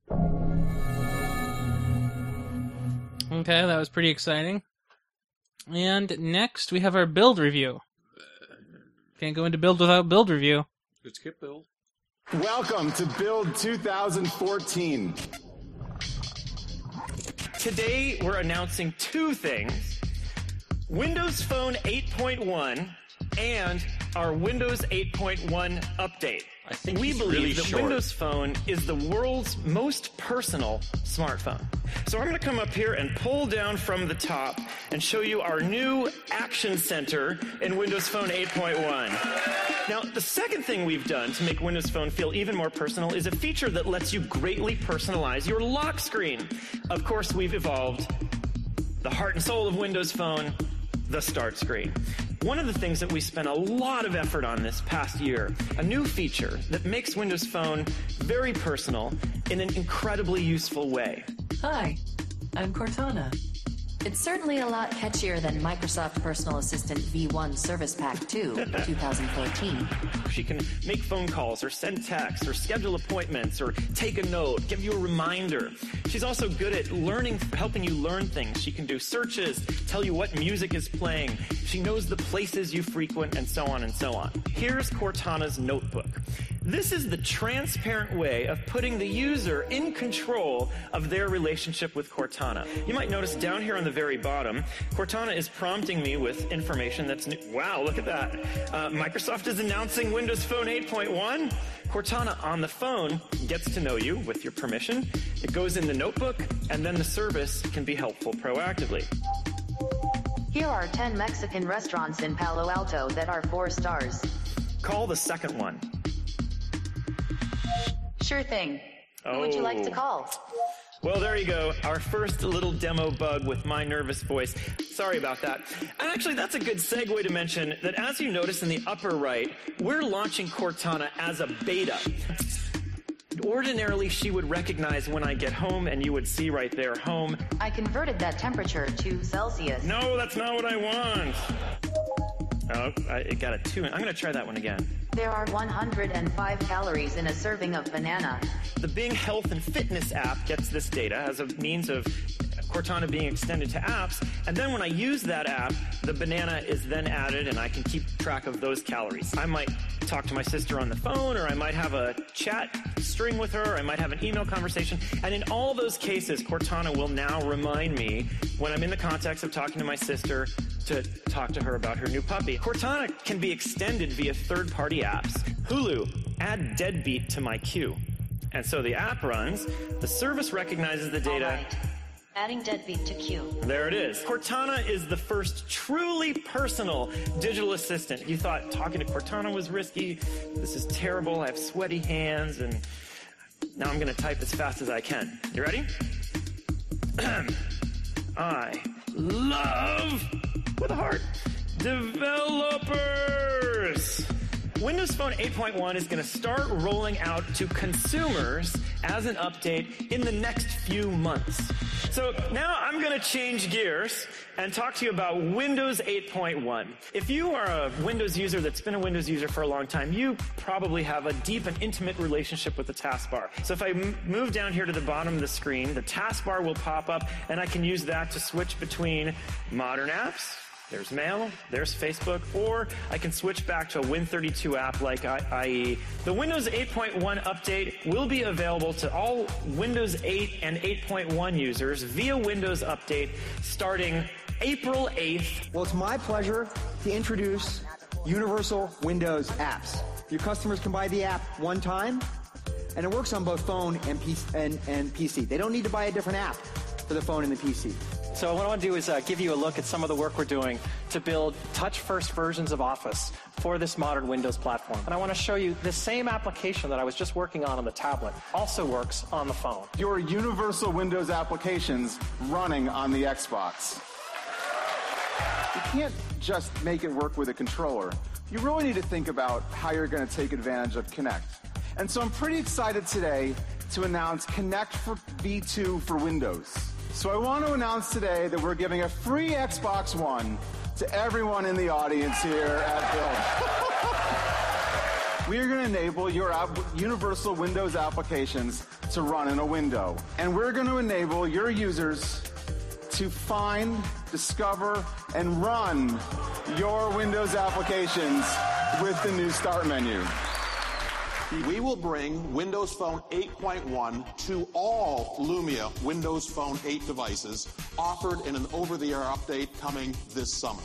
Okay, that was pretty exciting. And next we have our build review. Can't go into build without build review. Let's get Bill. Welcome to Build 2014. Today, we're announcing two things Windows Phone 8.1 and our Windows 8.1 update. I think we he's believe really that short. Windows Phone is the world's most personal smartphone. So I'm going to come up here and pull down from the top and show you our new Action Center in Windows Phone 8.1. Now, the second thing we've done to make Windows Phone feel even more personal is a feature that lets you greatly personalize your lock screen. Of course, we've evolved the heart and soul of Windows Phone, the start screen. One of the things that we spent a lot of effort on this past year, a new feature that makes Windows Phone very personal in an incredibly useful way. Hi, I'm Cortana. It's certainly a lot catchier than Microsoft Personal Assistant V1 Service Pack [laughs] 2 2014. She can make phone calls or send texts or schedule appointments or take a note, give you a reminder. She's also good at learning, helping you learn things. She can do searches, tell you what music is playing. She knows the places you frequent and so on and so on. Here's Cortana's notebook. This is the transparent way of putting the user in control of their relationship with Cortana. You might notice down here on the very bottom, Cortana is prompting me with information that's new. Wow, look at that. Uh, Microsoft is announcing Windows Phone 8.1. Cortana on the phone gets to know you with your permission. It goes in the notebook, and then the service can be helpful proactively. Here are 10 Mexican restaurants in Palo Alto that are 4 stars. Call the second one. Sure thing. Who would you like to Oh. call? Well, there you go. Our first little demo bug with my nervous voice. Sorry about that. And actually, that's a good segue to mention that as you notice in the upper right, we're launching Cortana as a beta. Ordinarily, she would recognize when I get home, and you would see right there home. I converted that temperature to Celsius. No, that's not what I want. Oh, I it got a two. I'm going to try that one again. There are 105 calories in a serving of banana. The Bing Health and Fitness app gets this data as a means of Cortana being extended to apps. And then when I use that app, the banana is then added and I can keep track of those calories. I might talk to my sister on the phone or I might have a chat string with her. I might have an email conversation. And in all those cases, Cortana will now remind me when I'm in the context of talking to my sister to talk to her about her new puppy. Cortana can be extended via third party apps. Hulu, add Deadbeat to my queue. And so the app runs, the service recognizes the data. Adding deadbeat to queue. There it is. Cortana is the first truly personal digital assistant. You thought talking to Cortana was risky. This is terrible. I have sweaty hands, and now I'm going to type as fast as I can. You ready? [clears throat] I love, with a heart, developers. Windows Phone 8.1 is going to start rolling out to consumers as an update in the next few months. So now I'm going to change gears and talk to you about Windows 8.1. If you are a Windows user that's been a Windows user for a long time, you probably have a deep and intimate relationship with the taskbar. So if I m- move down here to the bottom of the screen, the taskbar will pop up and I can use that to switch between modern apps, There's Mail, there's Facebook, or I can switch back to a Win32 app like I- IE. The Windows 8.1 update will be available to all Windows 8 and 8.1 users via Windows Update starting April 8th. Well, it's my pleasure to introduce Universal Windows apps. Your customers can buy the app one time, and it works on both phone and PC. And, and PC. They don't need to buy a different app for the phone and the PC. So what I want to do is uh, give you a look at some of the work we're doing to build touch-first versions of Office for this modern Windows platform. And I want to show you the same application that I was just working on on the tablet also works on the phone. Your universal Windows applications running on the Xbox. You can't just make it work with a controller. You really need to think about how you're going to take advantage of Connect. And so I'm pretty excited today to announce Connect for V2 for Windows. So I want to announce today that we're giving a free Xbox One to everyone in the audience here at Build. We are going to enable your app- universal Windows applications to run in a window. And we're going to enable your users to find, discover, and run your Windows applications with the new Start menu. We will bring Windows Phone 8.1 to all Lumia Windows Phone 8 devices offered in an over the air update coming this summer.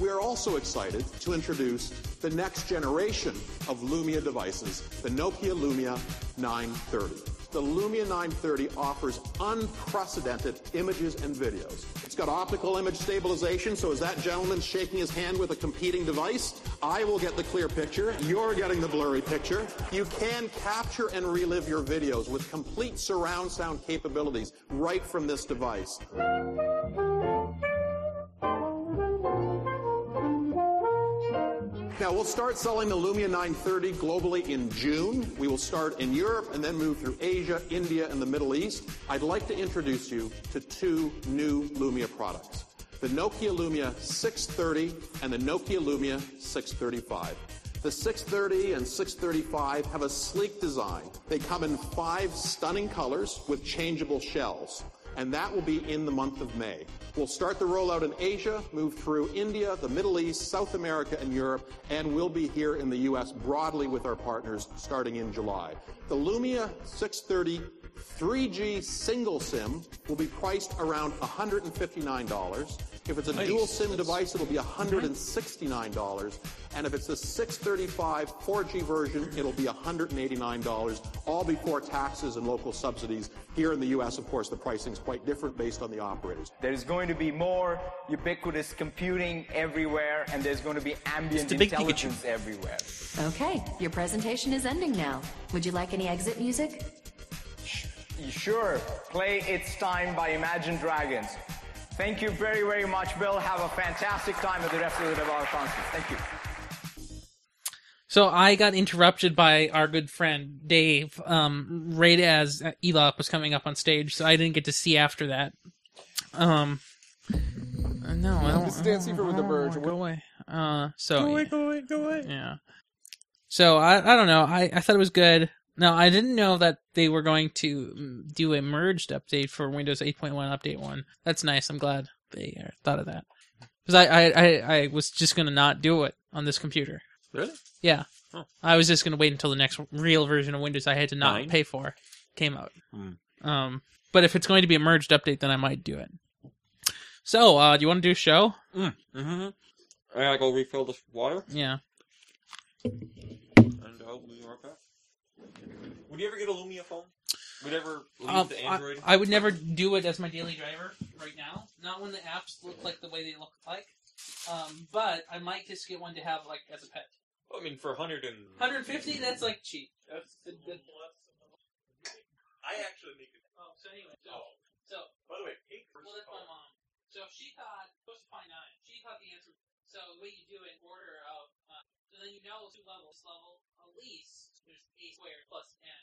We are also excited to introduce the next generation of Lumia devices, the Nokia Lumia 930. The Lumia 930 offers unprecedented images and videos. It's got optical image stabilization, so as that gentleman shaking his hand with a competing device, I will get the clear picture, you're getting the blurry picture. You can capture and relive your videos with complete surround sound capabilities right from this device. Now, we'll start selling the Lumia 930 globally in June. We will start in Europe and then move through Asia, India, and the Middle East. I'd like to introduce you to two new Lumia products the Nokia Lumia 630 and the Nokia Lumia 635. The 630 and 635 have a sleek design. They come in five stunning colors with changeable shells and that will be in the month of May. We'll start the rollout in Asia, move through India, the Middle East, South America, and Europe, and we'll be here in the U.S. broadly with our partners starting in July. The Lumia 630 3G single SIM will be priced around $159. If it's a Nice. dual SIM device, it'll be $169. And if it's the 635 4G version, it'll be $189, all before taxes and local subsidies. Here in the U.S., of course, the pricing's quite different based on the operators. There's going to be more ubiquitous computing everywhere, and there's going to be ambient It's the big Pikachu. intelligence everywhere. Okay, your presentation is ending now. Would you like any exit music? Sure, play It's Time by Imagine Dragons. Thank you very, very much, Bill. Have a fantastic time at the rest of the Devolver Conference. Thank you. So I got interrupted by our good friend Dave um, right as Elop was coming up on stage, so I didn't get to see after that. Um, uh, no, I don't. This is Dan Seifert with The Verge. Go away. Uh, so Go away, go away, go away. Yeah. So I I don't know. I I thought it was good. No, I didn't know that they were going to mm, do a merged update for Windows 8.1 update one. That's nice. I'm glad they uh, thought of that because I, I I I was just gonna not do it on this computer. Really? Yeah. Huh. I was just gonna wait until the next real version of Windows I had to not Nine? pay for came out. Hmm. Um, but if it's going to be a merged update, then I might do it. So, uh, do you want to do a show? Mm-hmm. I gotta go refill this water, Yeah. and uh, we'll be right back. Would you ever get a Lumia phone? Would you ever leave Um, the Android? I, I would never do it as my daily driver right now. Not when the apps look like the way they look like. Um, but I might just get one to have like as a pet. I mean, for 100 and... 150. That's like cheap. That's the good. I actually think it's... Oh, so anyway, so, so by the way, well, that's my mom. So she thought supposed to find nine. She thought the answer. So the way you do it in order of, uh, so then you know two levels. Level at least there's a squared plus n.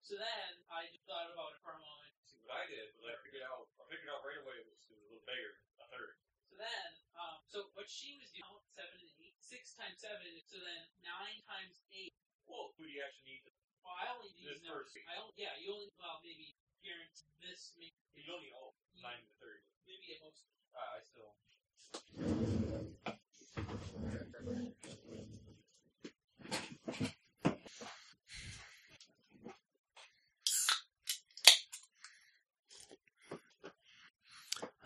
So then I just thought about it for a moment. See what I did was I figured out, I figured out right away it was, it was a little bigger, a third. So then, um, so what she was doing, oh, seven and eight, six times seven. So then nine times eight. Well, who do you actually need to... Well, I only do these This numbers. person. I only, yeah, you only well maybe guarantee this. Maybe You don't need all 9 to 30. maybe at most. Uh, I still...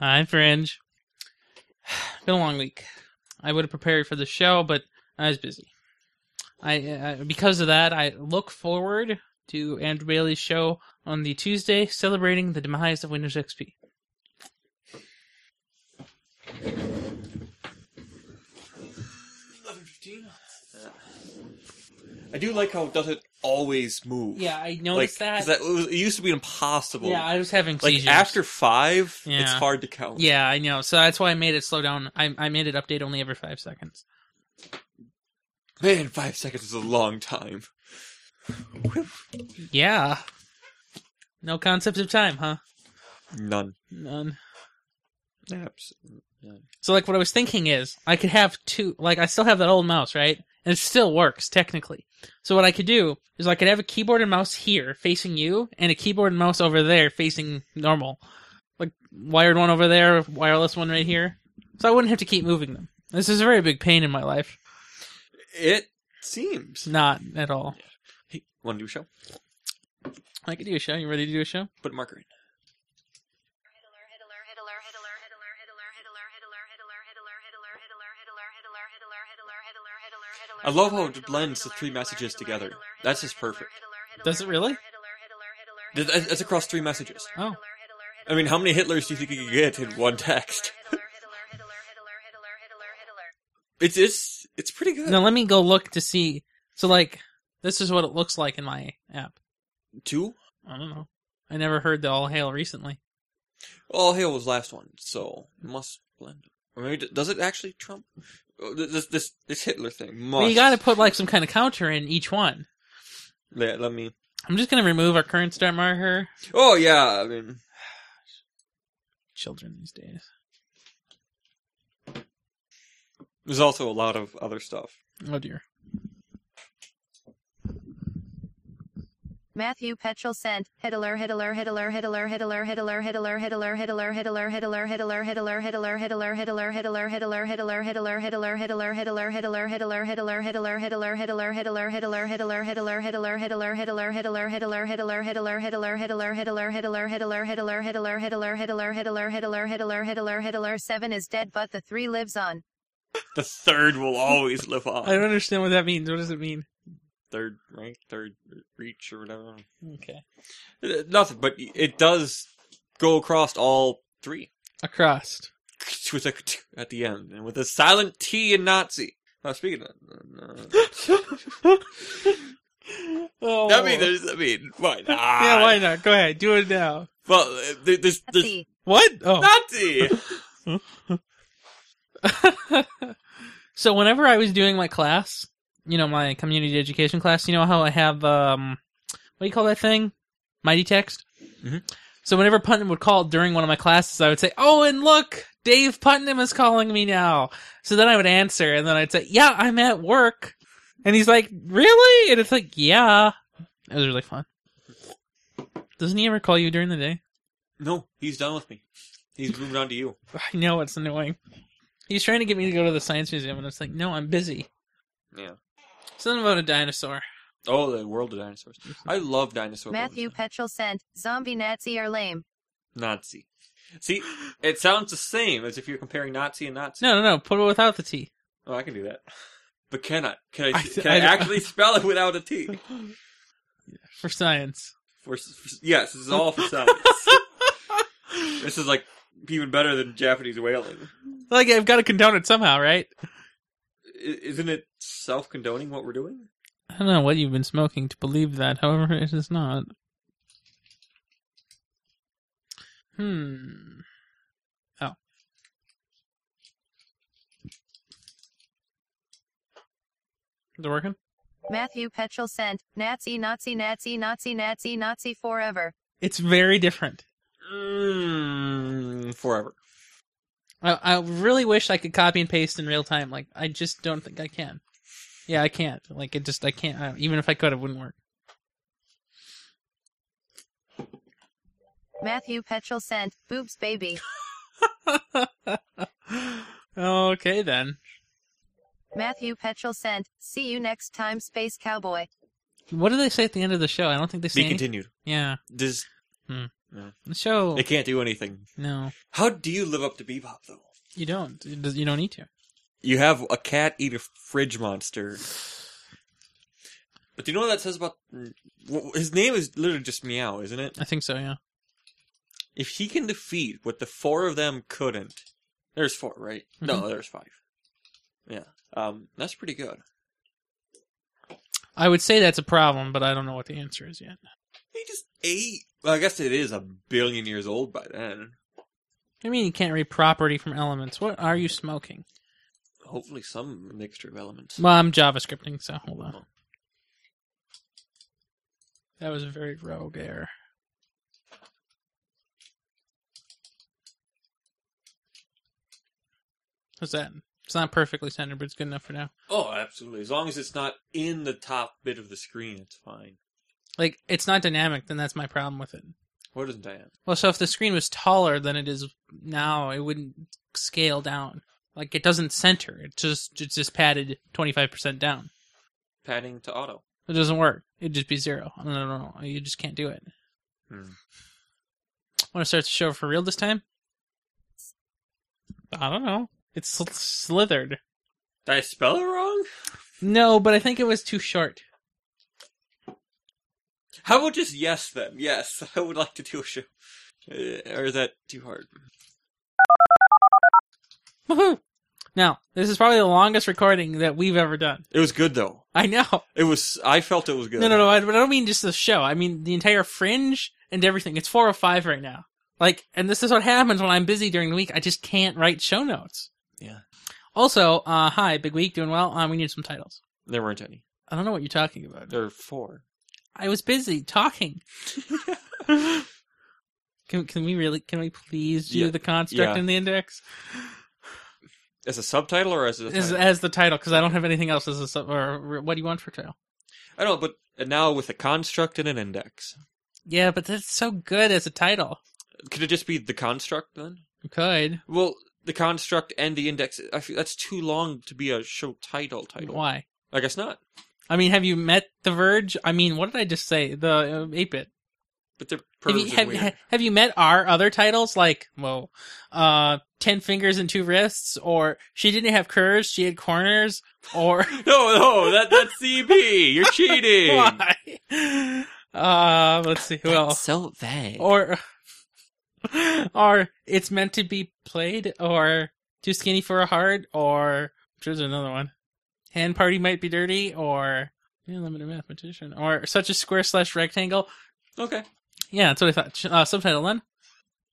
Hi, Fringe. [sighs] Been a long week. I would have prepared for the show, but I was busy. I uh, because of that, I look forward to Andrew Bailey's show on the Tuesday celebrating the demise of Windows XP. Eleven fifteen. I do like how it doesn't always move. Yeah, I noticed Like, 'cause that. it, was, it used to be impossible. Yeah, I was having like seizures. after five, Yeah. it's hard to count. Yeah, I know. So that's why I made it slow down. I I made it update only every five seconds. man, five seconds is a long time. Yeah. No concept of time, huh? None. None. Absolutely. So like what I was thinking is I could have two like I still have that old mouse, right? And it still works technically. So what I could do is I could have a keyboard and mouse here facing you and a keyboard and mouse over there facing normal. Like wired one over there, wireless one right here. So I wouldn't have to keep moving them. This is a very big pain in my life. It seems. Not at all. Hey, want to do a show? I could do a show. You ready to do a show? Put a marker in. I love how it blends the three messages together. That's just perfect. Does it really? Th- th- That's across three messages. Oh. I mean, how many Hitlers do you think you could get in one text? [laughs] it's it's it's pretty good. Now let me go look to see. So like this is what it looks like in my app. Two? I don't know. I never heard the all hail recently. All hail was last one, so it must blend. Or maybe does it actually trump Oh, th- this this this Hitler thing? Must. Well, you got to put like some kind of counter in each one. Yeah, let me. I'm just gonna remove our current start marker. Oh yeah, I mean, Children these days. there's also a lot of other stuff. Oh dear. Matthew Petrel sent Hitler Hitler Hitler Hitler Hitler Hitler Hitler Hitler Hitler Hitler Hitler Hitler Hitler Hitler Hitler Hitler Hitler Hitler Hitler Hitler Hitler Hitler Hitler Hitler Hitler Hitler Hitler Hitler Hitler Hitler Hitler Hitler Hitler Hitler Hitler Hitler Hitler Hitler Hitler Hitler Hitler Hitler Hitler Hitler Hitler Hitler Hitler Hitler Hitler Hitler Hitler Hitler Hitler Hitler Seven is dead but the three lives on. The third will always live on. [laughs] I don't understand what that means. What does it mean? Third rank, third reach, or whatever. Okay. Uh, Nothing, but it does go across all three Across. [laughs] with a at the end, and with a silent T in Nazi. Now speaking of, Oh. I mean, there's, I mean, why not? [laughs] yeah, why not? Go ahead, do it now. Well, uh, there, there's, there's What? Oh. [laughs] Nazi. So whenever I was doing my class, you know, my community education class, you know how I have um, what do you call that thing? Mighty text. Mhm. So whenever Putnam would call during one of my classes, I would say, "Oh, and look, Dave Putnam is calling me now." So then I would answer, and then I'd say, "Yeah, I'm at work," and he's like, "Really?" And it's like, "Yeah." It was really fun. Doesn't he ever call you during the day? No, he's done with me. He's moving on to you. [laughs] I know it's annoying. He's trying to get me to go to the science museum, and it's like, "No, I'm busy." Yeah. Something about a dinosaur. Oh, the world of dinosaurs. I love dinosaur movies. Matthew Petrel sent Zombie Nazi are lame. Nazi. See, it sounds the same as if you're comparing Nazi and Nazi. No, no, no. Put it without the T. Oh, I can do that. But can I? Can I? I- can I, I- actually [laughs] spell it without a T? For science. For, for- yes, this is all [laughs] for science. this is like even better than Japanese whaling. Like, I've got to condone it somehow, right? I- Isn't it self-condoning what we're doing? I don't know what you've been smoking to believe that, however, it is not. Hmm. Oh. Is it working? Matthew Petrel sent Nazi Nazi Nazi Nazi Nazi Nazi forever. It's very different. Mm, forever. I, I really wish I could copy and paste in real time. Like, I just don't think I can. Yeah, I can't. Like, it just, I can't. I, even if I could, it wouldn't work. Matthew Petrel sent boobs baby. Okay then. Matthew Petrel sent, see you next time, Space Cowboy. What do they say at the end of the show? I don't think they say Be any- continued. Yeah. Does Hmm. no. The show. They can't do anything. No, How do you live up to Bebop though? you don't. It does- You don't need to. You have a cat eat a fridge monster. But do you know what that says about well, his name is literally just Meow, isn't it? I think so. Yeah. If he can defeat what the four of them couldn't, there's four, right? No, Mhm. there's five. Yeah, um, that's pretty good. I would say that's a problem, but I don't know what the answer is yet. Eight. Well, I guess it is a billion years old by then. I mean, you can't read property from elements. What are you smoking? Hopefully, some mixture of elements. Well, I'm JavaScripting, so hold on. That was a very rogue error. What's that? It's not perfectly centered, but it's good enough for now. Oh, absolutely. As long as it's not in the top bit of the screen, it's fine. Like, it's not dynamic, then that's my problem with it. What isn't Diane? Well, so if the screen was taller than it is now, it wouldn't scale down. Like, it doesn't center. It just, it's just padded 25% down. Padding to auto. It doesn't work. It'd just be zero. I don't know. You just can't do it. Hmm. Want to start the show for real this time? I don't know. It's sl- slithered. Did I spell it wrong? No, but I think it was too short. How about just yes then? Yes, [laughs] I would like to do a show. Uh, or is that too hard? Woohoo! Now, this is probably the longest recording that we've ever done. It was good though. I know. It was. I felt it was good. No, no, no. I, but I don't mean just the show. I mean the entire fringe and everything. It's four or five right now. Like, and this is what happens when I'm busy during the week. I just can't write show notes. Yeah. Also, uh, hi, big week, doing well. Um, we need some titles. There weren't any. I don't know what you're talking about. There were four. I was busy talking. [laughs] can can we really? Can we please do Yeah, the construct yeah. and in the index As a subtitle or as a as, title? as the title? Because I don't have anything else as a sub. Or, or what do you want for title? I don't know, but and now with a construct and an index. Yeah, but that's so good as a title. Could it just be the construct then? You could. Well, the construct and the index. I feel that's too long to be a show title. Title. Why? I guess not. I mean, have you met The Verge? I mean, what did I just say? The uh, eight bit. But they're Have pervs you, and have, weird. have you met our other titles like whoa, uh, ten fingers and two wrists, or she didn't have curves, she had corners, or [laughs] No, no, that that's CB. You're cheating. [laughs] Why? Uh, let's see who else. So vague. Or, [laughs] or it's meant to be played, or too skinny for a heart, or there's another one. Hand party might be dirty, or yeah, limited mathematician, or such a square slash rectangle. Okay. Yeah, that's what I thought. Uh, subtitle then.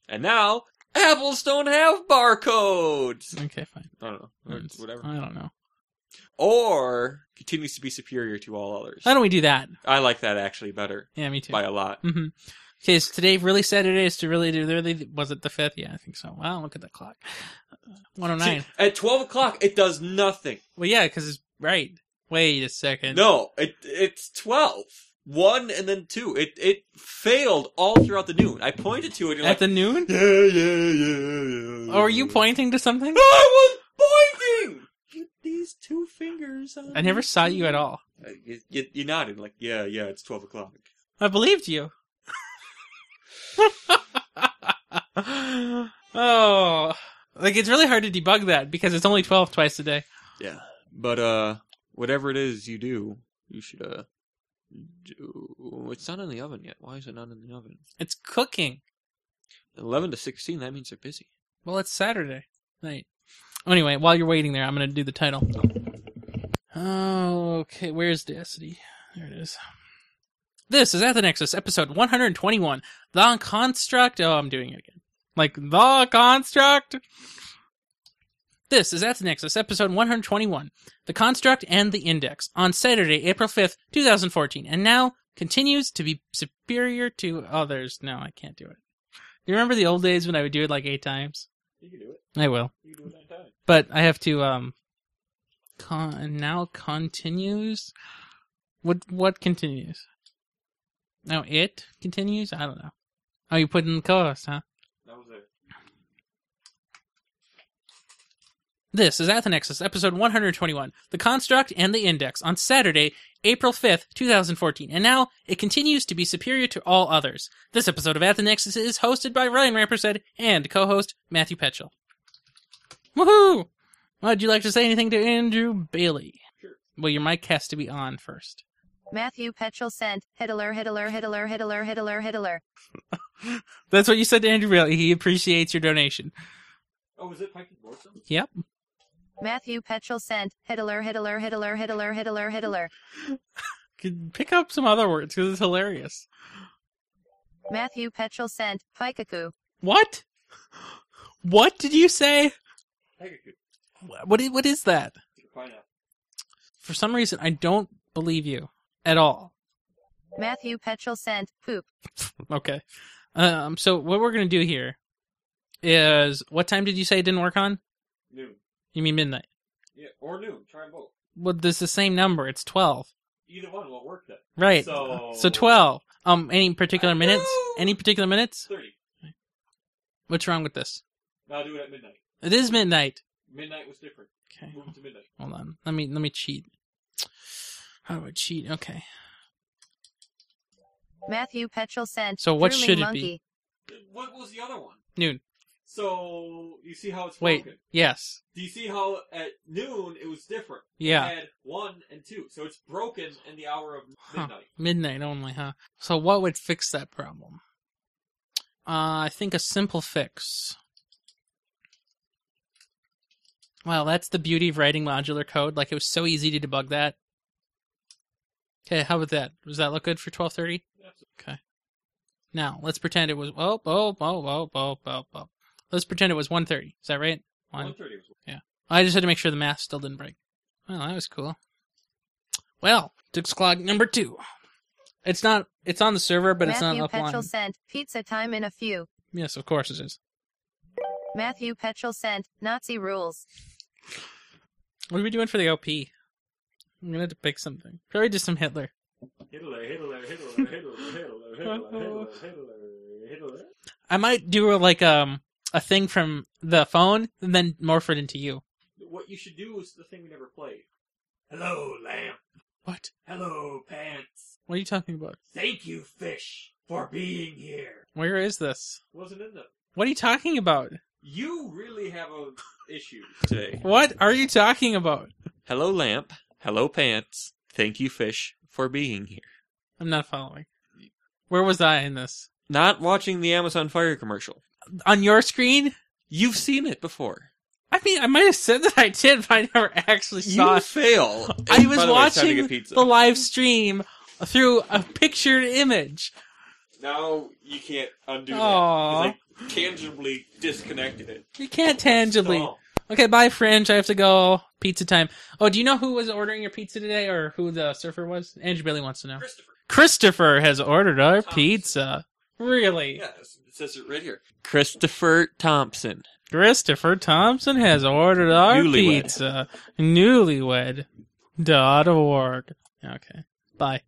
And now apples don't have barcodes. Okay, fine. I don't know. Or Whatever. I don't know. Or continues to be superior to all others. Why don't we do that? I like that actually better. Yeah, me too. By a lot. hmm Okay, so today really Saturday is to really do. Really, was it the fifth? Yeah, I think so. Wow, look at that clock. One hundred nine. See, at twelve o'clock, it does nothing. Well, yeah, because it's right. Wait a second. No, it it's twelve. One and then two. It it failed all throughout the noon. I pointed to it. And you're At like, the noon? Yeah, yeah, yeah, yeah. Or are you pointing to something? I was pointing. Put these two fingers on. I never saw you at all. Uh, You, you, you nodded like, yeah, yeah. It's twelve o'clock. I believed you. [laughs] oh, like it's really hard to debug that because it's only twelve twice a day. Yeah. But uh, whatever it is you do, you should uh, do. It's not in the oven yet. Why is it not in the oven? It's cooking. Eleven to sixteen. That means they're busy. Well, it's Saturday night. Anyway, while you're waiting there, I'm gonna do the title. Oh, okay. Where's Dacity? There it is. This is at the Nexus, episode 121. The construct. Oh, I'm doing it again. Like the construct. This is at the Nexus, episode 121. The construct and the index on Saturday, April 5th, 2014, and now continues to be superior to others. No, I can't do it. Do you remember the old days when I would do it like eight times? You can do it. I will. You can do it that time. But I have to um con- now continues what what continues? Now it continues? I don't know. Oh you put in the cost, huh? That was it. This is Athenexus, episode 121, The Construct and the Index, on Saturday, April 5th, 2014. And now, it continues to be superior to all others. This episode of Athenexus is hosted by Ryan Rampersad and co host Matthew Petchel. Woohoo! Would you like to say anything to Andrew Bailey? Well, your mic has to be on first. Matthew Petrel sent. Hit alert, hit alert, hit alert, hit alert, hit alert, hit alert. That's what you said to Andrew Bailey. He appreciates your donation. Oh, is it Pike and Blossom? Yep. Matthew Petrel sent. Hit alert, hit alert, hit alert, hit alert, hit alert, hit alert. Could Pick up some other words because it's hilarious. Matthew Petrel sent. Pikaku. What? What did you say? What is, what is that? For some reason, I don't believe you at all. Matthew Petrel sent. Poop. Okay. Um, so what we're gonna do here is what time did you say it didn't work on? Noon. You mean midnight? Yeah, or noon. Try them both. Well, this is the same number. It's twelve, Either one won't work then. right? So, twelve. Um, any particular minutes? Any particular minutes? 30. What's wrong with this? Now do it at midnight. It is midnight. Midnight was different. Okay. Move it to midnight. Hold on. Let me let me cheat. How do I cheat? Okay. Matthew Petrel sent. So what Drooling should it be? monkey. What was the other one? Noon. So you see how it's Wait. broken. Yes. Do you see how at noon it was different? Yeah. It had one and two, so it's broken in the hour of Huh. midnight. Midnight only, huh? So what would fix that problem? Uh, I think a simple fix. Wow, that's the beauty of writing modular code. Like it was so easy to debug that. Okay, how about that? Does that look good for twelve thirty? Okay. Now let's pretend it was oh oh oh oh oh oh oh. Let's pretend it was one thirty. Is that right? One 1:30 was- Yeah. I just had to make sure the math still didn't break. Well, that was cool. Well, Dix Clog number two. It's not. It's on the server, but it's not Matthew upline. Petrel sent. Pizza time in a few. Yes, of course it is. Matthew Petrel sent. Nazi rules. What are we doing for the OP? I'm gonna have to pick something. Probably just some Hitler. Hitler, Hitler, Hitler, Hitler, Hitler, Hitler, Hitler, Hitler, Hitler. I might do a, like um a thing from the phone and then morph it into you. What you should do is the thing we never played. Hello, lamp. What? Hello, pants. What are you talking about? Thank you, fish, for being here. Where is this? Wasn't in them. What are you talking about? You really have a issue [laughs] today. What are you talking about? Hello, lamp. Hello, pants. Thank you, fish, for being here. I'm not following. Where was I in this? Not watching the Amazon Fire commercial. On your screen? You've seen it before. I mean, I might have said that I did, but I never actually saw You it. fail. I By was the way, it's time to watching get pizza. the live stream through a pictured image. Now you can't undo that. Aw. I tangibly disconnected it. You can't tangibly. Oh. Okay, bye, Fringe. I have to go. Pizza time. Oh, do you know who was ordering your pizza today, or who the surfer was? Andrew Bailey wants to know. Christopher. Christopher has ordered our E. pizza. Really? Yes, it says it right here. Christopher Thompson. Christopher Thompson has ordered our Newlywed. pizza. Newlywed. Dot org. Okay. Bye.